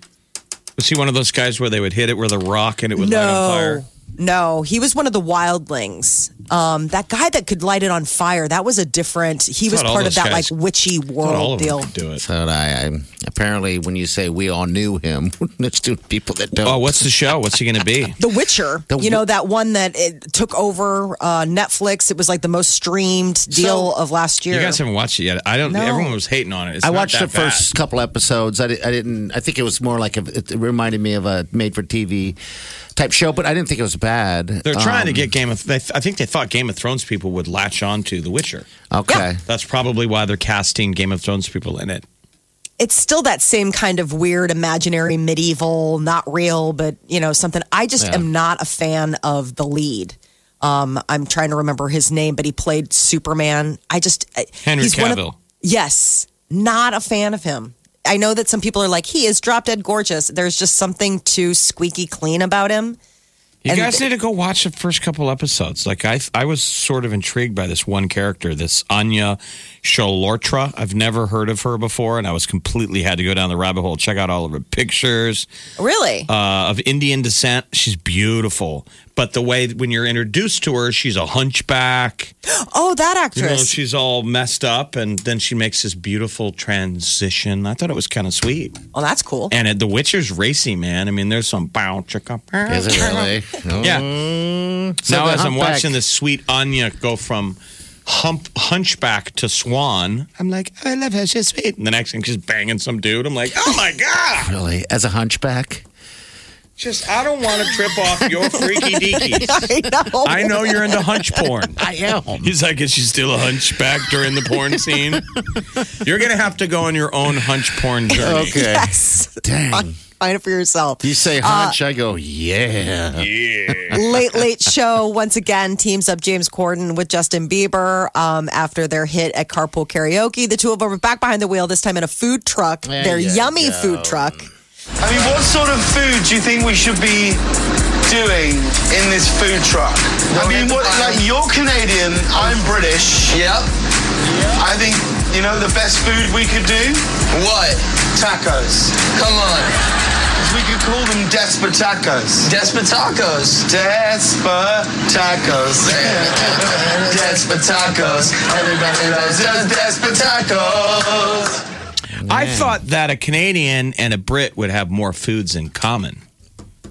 Speaker 1: Was he one of those guys where they would hit it with a rock and it would light on
Speaker 2: No,
Speaker 1: fire?
Speaker 2: No, he was one of the wildlings. Um, that guy that could light it on fire, that was a different, he was
Speaker 1: thought all
Speaker 2: part of
Speaker 1: those
Speaker 2: that
Speaker 1: guys-
Speaker 2: like witchy
Speaker 1: Not all
Speaker 2: world
Speaker 1: of them
Speaker 2: deal.
Speaker 1: could do it.
Speaker 3: But I, I apparently when you say we all knew him, (laughs) there's two people that don't.
Speaker 1: Oh, what's the show? What's he going to be?
Speaker 2: The Witcher,
Speaker 3: The
Speaker 2: you know
Speaker 3: Wi-
Speaker 2: that one that it took over uh, Netflix. It was like the most streamed deal of last year.
Speaker 1: You guys haven't watched it yet. I don't.
Speaker 2: No.
Speaker 1: Everyone was hating on it. It's
Speaker 3: I
Speaker 1: not
Speaker 3: watched the
Speaker 1: that bad.
Speaker 3: first couple episodes. I, di- I didn't. I think it was more like a, it reminded me of a made-for-TV type show, but I didn't think it was bad.
Speaker 1: They're trying to
Speaker 3: Um,
Speaker 1: get Game of. They, I think they thought Game of Thrones people would latch on to The Witcher.
Speaker 3: Okay.
Speaker 1: That's probably why they're casting Game of Thrones people in it.
Speaker 2: it's still that same kind of weird, imaginary, medieval, not real, but you know something. I just am not a fan of the lead. Um, I'm trying to remember his name, but he played Superman. I just I-
Speaker 1: Henry
Speaker 2: he's one of-
Speaker 1: Cavill.
Speaker 2: yes, not a fan of him. I know that some people are like he is drop dead gorgeous. There's just something too squeaky clean about him.
Speaker 1: You
Speaker 2: And-
Speaker 1: guys need to go watch the first couple episodes. Like I, I was sort of intrigued by this one character, this Anya Shalortra. I've never heard of her before, and I was completely had to go down the rabbit hole, check out all of her pictures
Speaker 2: Really,
Speaker 1: uh, of Indian descent. She's beautiful, but the way when you're introduced to her, she's a hunchback.
Speaker 2: oh that
Speaker 1: You know,
Speaker 2: actress.
Speaker 1: she's all messed up, and then she makes this beautiful transition. I thought it was kind of sweet.
Speaker 2: oh, that's cool.
Speaker 1: And at The Witcher's racy, man. I mean, there's some bow chicka. bow,
Speaker 3: Is it
Speaker 1: chicka.
Speaker 3: really? Oh,
Speaker 1: Yeah.
Speaker 3: So
Speaker 1: Mm. now,
Speaker 3: the
Speaker 1: as I'm
Speaker 3: humpback-
Speaker 1: watching this sweet Anya go from hump hunchback to swan, I'm like, "Oh, I love her. She's sweet. And the next thing, she's banging some dude. I'm like, oh my god!
Speaker 3: Really, as a hunchback.
Speaker 1: Just I don't want to trip off your freaky deekies.
Speaker 2: (laughs) I know.
Speaker 1: I know you're into hunch porn.
Speaker 3: I am.
Speaker 1: He's like, is she still a hunchback during the porn scene? You're gonna have to go on your own hunch porn journey.
Speaker 3: (laughs) Okay.
Speaker 2: Yes.
Speaker 3: Dang.
Speaker 2: Find it for yourself.
Speaker 3: You say hunch, I go
Speaker 1: (laughs)
Speaker 3: yeah.
Speaker 2: Late Late Show once again teams up James Corden with Justin Bieber um, after their hit at Carpool Karaoke. The two of them are back behind the wheel this time in a food truck. their
Speaker 3: you
Speaker 2: yummy
Speaker 3: go.
Speaker 2: food truck.
Speaker 6: I mean, what sort of food do you think we should be doing in this food truck? I mean, what, like, you're Canadian, I'm British. Yep. I think, you know, the best food we could do? What? Tacos. Come on. We could call them Desper Tacos. Desper Tacos. Desper (laughs) Tacos. Desper Tacos. Everybody loves Desper Tacos.
Speaker 1: I thought that a Canadian and a Brit would have more foods in common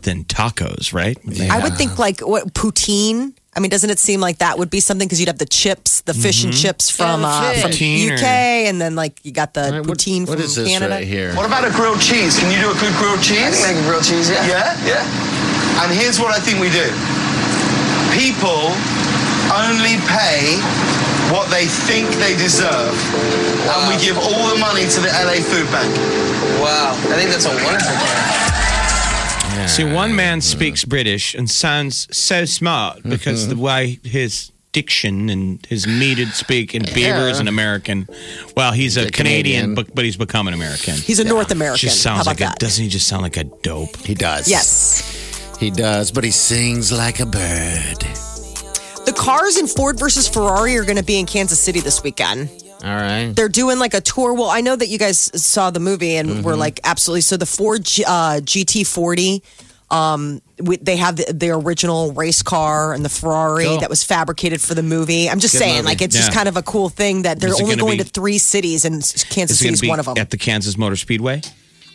Speaker 1: than tacos, right?
Speaker 2: I would think like what poutine. I mean, doesn't it seem like that would be something because you'd have the chips, the fish and chips from uh,
Speaker 1: Mm-hmm.
Speaker 2: from
Speaker 1: Poutine or-
Speaker 2: UK, and then like you got the
Speaker 3: What-
Speaker 2: poutine
Speaker 3: what
Speaker 2: from
Speaker 3: is this
Speaker 2: Canada.
Speaker 3: right here?
Speaker 6: What about a grilled cheese? Can you do a good grilled cheese? I can make a grilled cheese, yeah. Yeah, yeah. And here's what I think we do. People only pay what they think they deserve. And we give all the money to the LA Food Bank. Wow. I think that's a wonderful thing.
Speaker 1: See,
Speaker 2: Ah,
Speaker 1: one man speaks British and sounds so smart because
Speaker 2: (laughs)
Speaker 1: the way his diction and his needed speak, and Bieber is an American. Well, he's a,
Speaker 3: a
Speaker 1: Canadian,
Speaker 3: Canadian.
Speaker 1: but, but he's become an American.
Speaker 2: He's a North American.
Speaker 1: Just
Speaker 2: How
Speaker 1: sounds
Speaker 2: about
Speaker 1: like a,
Speaker 2: that?
Speaker 1: doesn't he just sound like a dope?
Speaker 3: He does.
Speaker 2: yes.
Speaker 3: He does, but he sings like a bird.
Speaker 2: The cars in Ford versus Ferrari are going to be in Kansas City this weekend.
Speaker 3: All right.
Speaker 2: they're doing like a tour. Well, I know that you guys saw the movie and
Speaker 1: Mm-hmm.
Speaker 2: were like, absolutely. So the Ford G- uh, GT40, um, we, they have the, the original race car and the Ferrari
Speaker 3: Cool.
Speaker 2: that was fabricated for the movie. I'm just saying,
Speaker 3: movie.
Speaker 2: like, it's just
Speaker 1: Yeah.
Speaker 2: kind of a cool thing that they're
Speaker 1: Is it
Speaker 2: only
Speaker 1: gonna
Speaker 2: going
Speaker 1: be-
Speaker 2: to three cities and Kansas
Speaker 1: Is he
Speaker 2: City
Speaker 1: going
Speaker 2: is
Speaker 1: to be
Speaker 2: one of them.
Speaker 1: at the Kansas Motor Speedway?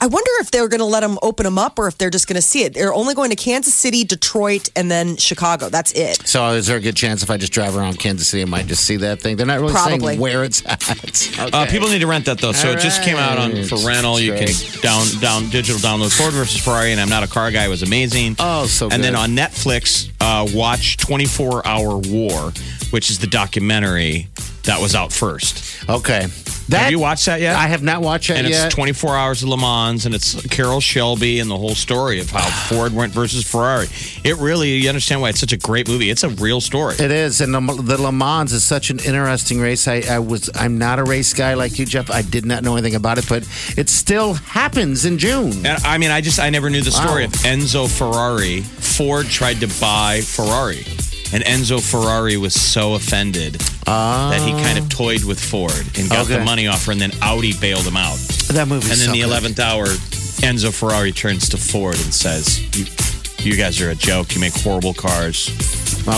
Speaker 2: I wonder if they're going to let them open them up or if they're just going to see it. They're only going to Kansas City, Detroit, and then Chicago. That's it.
Speaker 3: So is there a good chance if I just drive around Kansas City, I might just see that thing? They're not really
Speaker 2: Probably.
Speaker 3: saying where it's at. Okay.
Speaker 1: Uh, people need to rent that though. So
Speaker 3: All
Speaker 1: it just came out on
Speaker 3: right.
Speaker 1: for rental. You can down down digital download Ford versus Ferrari, and I'm not a car guy. was amazing.
Speaker 3: Oh, so
Speaker 1: And then
Speaker 3: good.
Speaker 1: on Netflix, uh, watch 24 Hour War, which is the documentary that was out first.
Speaker 3: okay. That,
Speaker 1: have you watched that yet?
Speaker 3: I have not watched that
Speaker 1: And it's
Speaker 3: yet.
Speaker 1: 24 Hours of Le Mans, and it's Carol Shelby and the whole story of
Speaker 3: (sighs)
Speaker 1: how Ford went versus Ferrari. It really you understand why it's such a great movie. It's a real story.
Speaker 3: It is, and the, the Le Mans is such an interesting race. I, I was, I'm not a race guy like you, Jeff. I did not know anything about it, but it still happens in June.
Speaker 1: And I mean, I just I never knew the story of Enzo Ferrari. Ford tried to buy Ferrari, and Enzo Ferrari was so offended that he kind of toyed with Ford and got the
Speaker 3: Ah. Okay.
Speaker 1: money offer, and then Audi bailed him out.
Speaker 3: That movie,
Speaker 1: And then the eleventh hour, Enzo Ferrari turns to Ford and says, "You, You guys are a joke. You make horrible cars.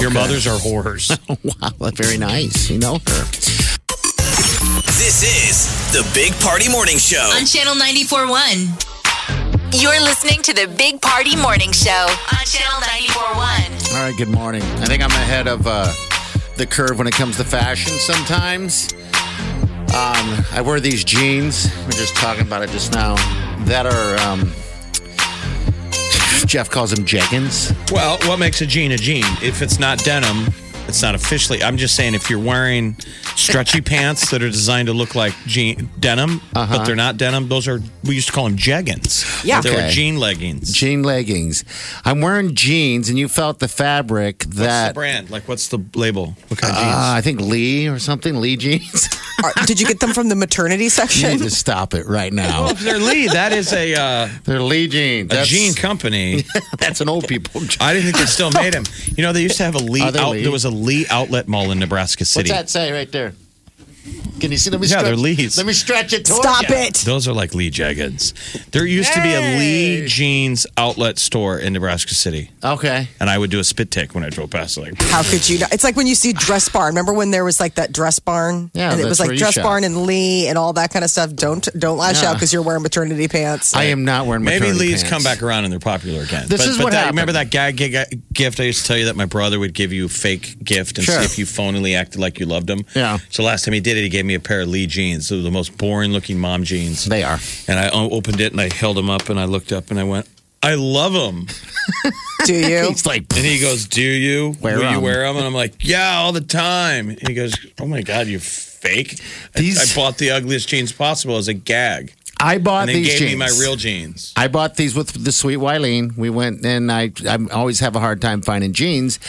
Speaker 1: Your
Speaker 3: Okay.
Speaker 1: mothers are
Speaker 3: (laughs)
Speaker 1: whores.
Speaker 3: wow, very nice. You know her.
Speaker 5: This is the Big Party Morning Show.
Speaker 4: on Channel 941. You're listening to the Big Party Morning Show on Channel 941.
Speaker 3: All right, good morning. I think I'm ahead of uh, the curve when it comes to fashion sometimes. Um, I wear these jeans, we we're just talking about it just now, that are, um, (laughs) Jeff calls them jeggings.
Speaker 1: Well, what makes a jean a jean? If it's not denim, it's not officially. I'm just saying if you're wearing
Speaker 3: (laughs)
Speaker 1: stretchy pants that are designed to look like jean denim,
Speaker 3: Uh-huh.
Speaker 1: but they're not denim, those are we used to call them jeggings.
Speaker 2: Yeah.
Speaker 1: they were
Speaker 3: Okay.
Speaker 1: jean leggings.
Speaker 3: Jean leggings. I'm wearing jeans, and you felt the fabric
Speaker 1: What's the
Speaker 3: that.
Speaker 1: brand? Like, what's the label? What kind
Speaker 3: Uh,
Speaker 1: of
Speaker 3: I think Lee or something, Lee jeans. (laughs)
Speaker 2: Are- Did you get them from the maternity
Speaker 1: (laughs)
Speaker 3: you
Speaker 2: section?
Speaker 3: need to stop it right (laughs) now.
Speaker 1: jeans? They're Lee. That is a
Speaker 3: (laughs)
Speaker 1: uh,
Speaker 3: They're Lee jeans.
Speaker 1: a
Speaker 3: Uh-huh. That's-
Speaker 1: jean company.
Speaker 3: (laughs) That's an old (laughs) people joke.
Speaker 1: I didn't think they still made them. You know, they used to have a Lee.
Speaker 3: Are they
Speaker 1: Out,
Speaker 3: Lee?
Speaker 1: there was a Lee outlet mall in Nebraska City.
Speaker 3: What's that say right there? Can you see? Let me
Speaker 1: Yeah,
Speaker 3: stretch.
Speaker 1: they're leaves.
Speaker 3: Let me stretch it. Towards
Speaker 2: Stop
Speaker 3: you.
Speaker 2: it.
Speaker 1: Those are like Lee Jeggings. There used to be a Lee Jeans outlet store in Nebraska City.
Speaker 3: Okay.
Speaker 1: and I would do a spit take when I drove past. Like,
Speaker 2: How could you not? It's like when you see Dress Barn. Remember when there was like that Dress Barn?
Speaker 3: Yeah,
Speaker 2: and it
Speaker 3: that's
Speaker 2: was like
Speaker 3: where you
Speaker 2: Dress
Speaker 3: shop.
Speaker 2: Barn and Lee and all that kind of stuff. Don't don't lash
Speaker 3: Yeah.
Speaker 2: out because you're wearing maternity pants.
Speaker 3: I am not wearing
Speaker 1: maybe
Speaker 3: maternity
Speaker 1: Lee's
Speaker 3: pants.
Speaker 1: come back around and they're popular again.
Speaker 3: This
Speaker 1: but,
Speaker 3: is
Speaker 1: but
Speaker 3: what
Speaker 1: that,
Speaker 3: happened.
Speaker 1: Remember that gag gig- gift I used to tell you that my brother would give you a fake gift and
Speaker 3: Sure.
Speaker 1: see if you phonily acted like you loved him.
Speaker 3: Yeah.
Speaker 1: So last time he did it, he gave me a pair of Lee jeans. They were the most boring looking mom jeans.
Speaker 3: They are.
Speaker 1: And I o- opened it and I held them up and I looked up and I went. I love them. (laughs)
Speaker 2: Do you?
Speaker 3: It's like
Speaker 1: And he goes, "Do you?
Speaker 3: Wear
Speaker 1: Will you
Speaker 3: 'em."
Speaker 1: wear them?" And I'm like, "Yeah, all the time." And he goes, "Oh my god, you fake! I-
Speaker 3: These-
Speaker 1: I bought the ugliest jeans possible as a gag."
Speaker 3: I
Speaker 1: and
Speaker 3: bought
Speaker 1: then
Speaker 3: these
Speaker 1: gave
Speaker 3: jeans.
Speaker 1: me my real jeans.
Speaker 3: I bought these with the sweet Wileen. We went and I I always have a hard time finding jeans,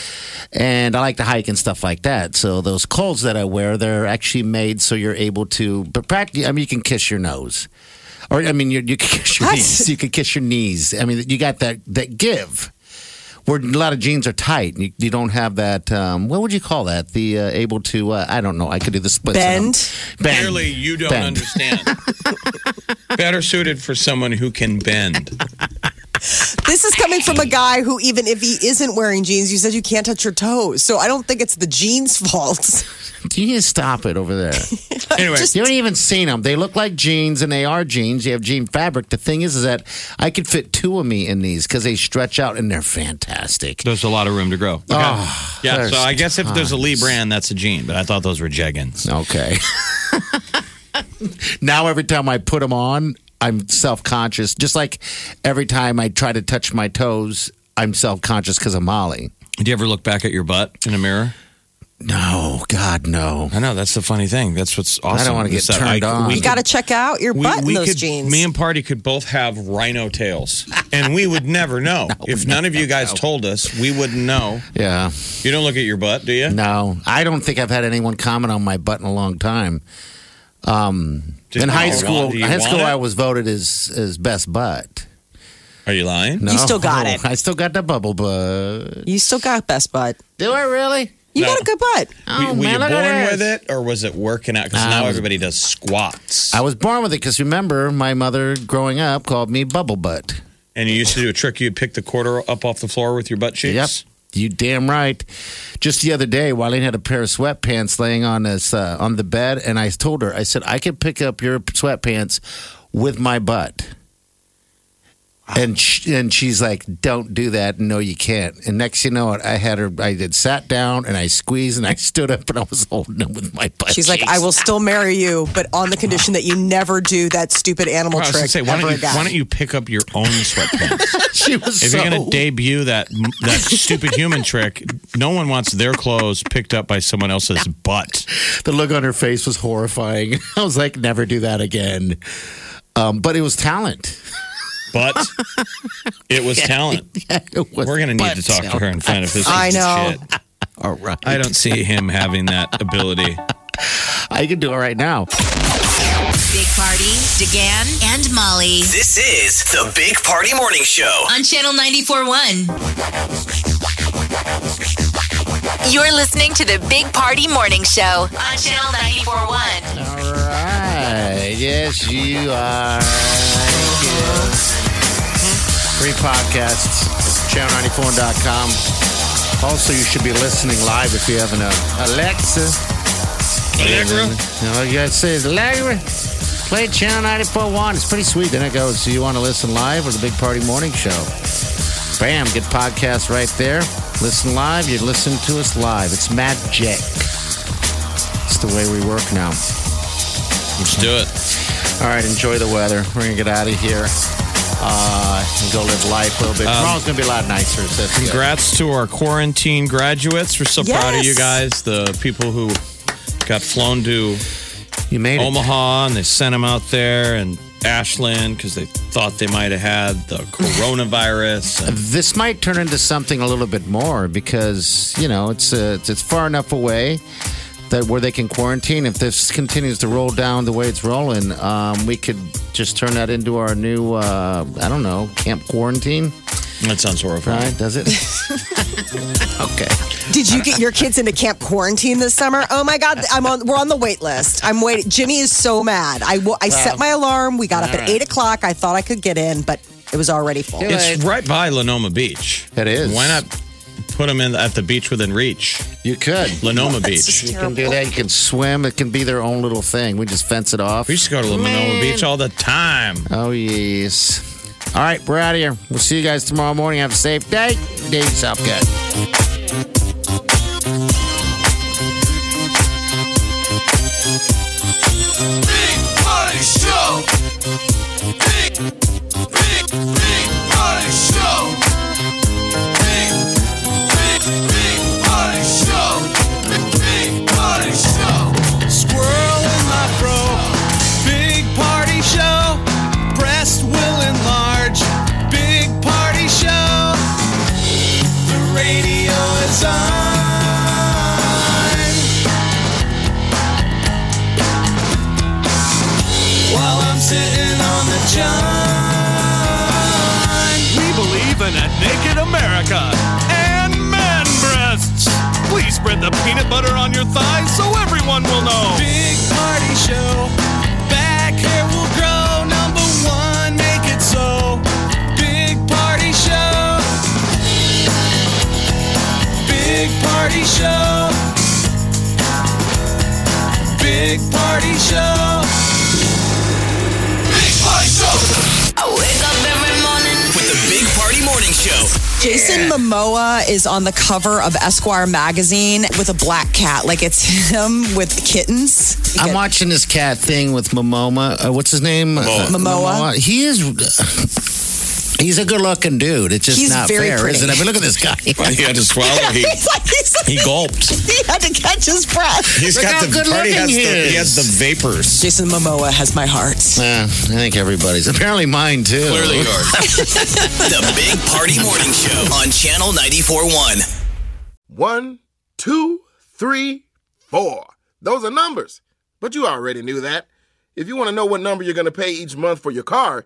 Speaker 3: and I like to hike and stuff like that. So those colts that I wear, they're actually made so you're able to. But practically, I mean, you can kiss your nose, or I mean, you you can (laughs) kiss your
Speaker 2: What?
Speaker 3: knees. You can kiss your knees. I mean, you got that that give. Where a lot of jeans are tight, and you, you don't have that. Um, what would you call that? The uh, able to. Uh, I don't know. I could do the splits. in them.
Speaker 2: Bend?
Speaker 3: Bend.
Speaker 1: Clearly, you don't
Speaker 3: Bend.
Speaker 1: understand. Better suited for someone who can bend.
Speaker 2: This is coming from a guy who, even if he isn't wearing jeans, you said you can't touch your toes. So I don't think it's the jeans' (laughs) fault.
Speaker 3: You need to stop it over
Speaker 2: (laughs)
Speaker 3: there.
Speaker 1: Anyway,
Speaker 3: You haven't even seen them. They look like jeans, and they are jeans. You have jean fabric. The thing is, is that I could fit two of me in these because they stretch out and they're fantastic.
Speaker 1: there's a lot of room to grow. Okay. yeah, so
Speaker 3: there's
Speaker 1: I guess if Ah, there's a Lee brand, that's a jean, but I thought those were jeggings.
Speaker 3: Okay. (laughs) now every time I put them on, I'm self conscious. Just like every time I try to touch my toes, I'm self conscious because of Molly.
Speaker 1: Do you ever look back at your butt in a mirror?
Speaker 3: No, God, no.
Speaker 1: I know that's the funny thing. That's what's awesome.
Speaker 3: wanna get
Speaker 1: is that
Speaker 3: turned on.
Speaker 1: we
Speaker 2: You got to check out your
Speaker 1: we-
Speaker 2: butt in
Speaker 1: we
Speaker 2: those
Speaker 1: could-
Speaker 2: jeans.
Speaker 1: Me and Party could both have rhino tails, and we would never
Speaker 3: (laughs)
Speaker 1: know. if none of you guys told us, we wouldn't know.
Speaker 3: Yeah,
Speaker 1: You don't look at your butt, do you?
Speaker 3: no. I don't think I've had anyone comment on my butt in a long time. in high school, high school, I was voted as as best butt.
Speaker 1: Are you lying?
Speaker 3: No,
Speaker 2: You still got
Speaker 3: (laughs)
Speaker 2: it.
Speaker 3: I still got the bubble butt.
Speaker 2: you still got best butt.
Speaker 3: Do I really?
Speaker 2: You
Speaker 1: No.
Speaker 2: got a good butt.
Speaker 1: Were-
Speaker 3: Oh
Speaker 1: were
Speaker 3: man,
Speaker 1: you
Speaker 3: look
Speaker 1: born
Speaker 3: at
Speaker 1: with
Speaker 3: this.
Speaker 1: it, or was it working out? Because
Speaker 3: I
Speaker 1: now
Speaker 3: was-
Speaker 1: everybody does squats,
Speaker 3: I was born with it because remember, my mother growing up called me bubble butt.
Speaker 1: and you used to do a trick. You'd pick the quarter up off the floor with your butt cheeks.
Speaker 3: Yep, you damn right. Just the other day, Wileen had a pair of sweatpants laying on us uh, on the bed, and I told her, I said, I could pick up your sweatpants with my butt. And sh and she's like, "Don't do that. No, you can't." And next, you know what? I had her. I did sat down and I squeezed and I stood up and I was holding them with my butt.
Speaker 2: She's like, I will still marry you, but on the condition that you never do that stupid animal
Speaker 1: I was gonna
Speaker 2: trick
Speaker 1: say, why
Speaker 2: ever
Speaker 1: don't, you,
Speaker 2: again.
Speaker 1: why don't you pick up your own sweatpants?
Speaker 2: (laughs)
Speaker 3: (laughs) She was
Speaker 1: if
Speaker 3: so.
Speaker 1: you're going to debut that that stupid human trick, no one wants their clothes picked up by someone else's butt.
Speaker 3: the look on her face was horrifying. (laughs) I was like, "Never do that again." Um, but it was talent.
Speaker 1: But it was talent.
Speaker 3: It was
Speaker 1: We're going to need
Speaker 3: butt
Speaker 1: to talk to her and find out if this is
Speaker 2: I know.
Speaker 1: shit.
Speaker 3: All right,
Speaker 1: I don't see him having that ability.
Speaker 3: I can do it right now.
Speaker 4: Big Party, DeGan, and Molly
Speaker 5: This is the Big Party Morning Show.
Speaker 4: on Channel 941. You're listening to the Big Party Morning Show on Channel
Speaker 3: All
Speaker 4: 941.
Speaker 3: right. Yes, you are. Thank you. Free podcasts. channel94.com. Also, you should be listening live if you have an uh, Alexa.
Speaker 1: Allegra?
Speaker 3: And all you gotta say is, Allegra, play channel 94.1. It's pretty sweet. Then it goes, do you want to listen live or the Big Party Morning Show? Bam, good podcast right there. Listen live. You listen to us live. It's magic. It's the way we work now.
Speaker 1: Let's do it.
Speaker 3: All right, enjoy the weather. We're gonna get out of here uh, and go live life a
Speaker 1: Um,
Speaker 3: little bit. Tomorrow's gonna be a lot nicer. So that's good.
Speaker 1: Congrats to our quarantine graduates. We're so proud of you
Speaker 2: Yes.
Speaker 1: guys. The people who got flown to
Speaker 3: You made it.
Speaker 1: Omaha and they sent them out there and Ashland because they thought they might have had the coronavirus. And
Speaker 3: This might turn into something a little bit more because you know it's uh, it's, it's far enough away that where they can quarantine. If this continues to roll down the way it's rolling, um, we could just turn that into our new uh, I don't know camp quarantine.
Speaker 1: that sounds horrifying.
Speaker 3: Right? Does it? okay.
Speaker 2: Did you get your kids into camp quarantine this summer? Oh my God, I'm on. We're on the wait list. I'm waiting. Jimmy is so mad. I wa- I set my alarm. We got up at
Speaker 1: All right.
Speaker 2: eight o'clock. I thought I could get in, but it was already full.
Speaker 1: It's right by Lenoma Beach.
Speaker 3: It is.
Speaker 1: Why not put them in at the beach within reach?
Speaker 3: You could.
Speaker 1: Lenoma Beach.
Speaker 3: You can do that. You can swim. It can be their own little thing. We just fence it off.
Speaker 1: We used to go to Lenoma Beach all the time.
Speaker 3: Oh, yes. All right, we're out of here. We'll see you guys tomorrow morning. Have a safe day. Day yourself good.
Speaker 8: Big Party Show. Big, big, big Party Show. Big, big, big Party Show. Big, big Party Show. Squirrel in my fro. Big Party Show. Breast will enlarge. Big Party Show. The radio is on. while I'm sitting on the john. We believe in a naked America and man breasts. Please spread the peanut butter on your thighs so everyone will know. Big party show. Back hair will grow. Number one, make it so. Big party show. Big party show. Big party show. Big Party Show.
Speaker 9: I wake up every morning.
Speaker 5: With the Big Party Morning Show.
Speaker 6: Jason Momoa is on the cover of Esquire magazine with a black cat. Like it's him with kittens. (laughs)
Speaker 3: I'm watching this cat thing with Momoma. Uh, what's his name? Momoa.
Speaker 6: Momoa.
Speaker 3: He is. He's a good-looking dude. It's just
Speaker 6: He's
Speaker 3: not
Speaker 6: very
Speaker 3: fair,
Speaker 6: pretty.
Speaker 3: is it? I mean, look at this guy.
Speaker 1: He had to swallow. He,
Speaker 6: It's like he's,
Speaker 1: he gulped.
Speaker 6: he had to catch his breath.
Speaker 1: He's
Speaker 3: Look how good
Speaker 1: party
Speaker 3: looking
Speaker 1: has
Speaker 3: he
Speaker 1: the, he has
Speaker 3: is.
Speaker 1: the vapors.
Speaker 6: Jason Momoa has my heart.
Speaker 3: Yeah, Uh, I think everybody's. Apparently, mine too.
Speaker 5: Clearly yours. the Big Party Morning Show on Channel 94.1.
Speaker 10: One, two, three, four. Those are numbers. But you already knew that. If you want to know what number you're going to pay each month for your car,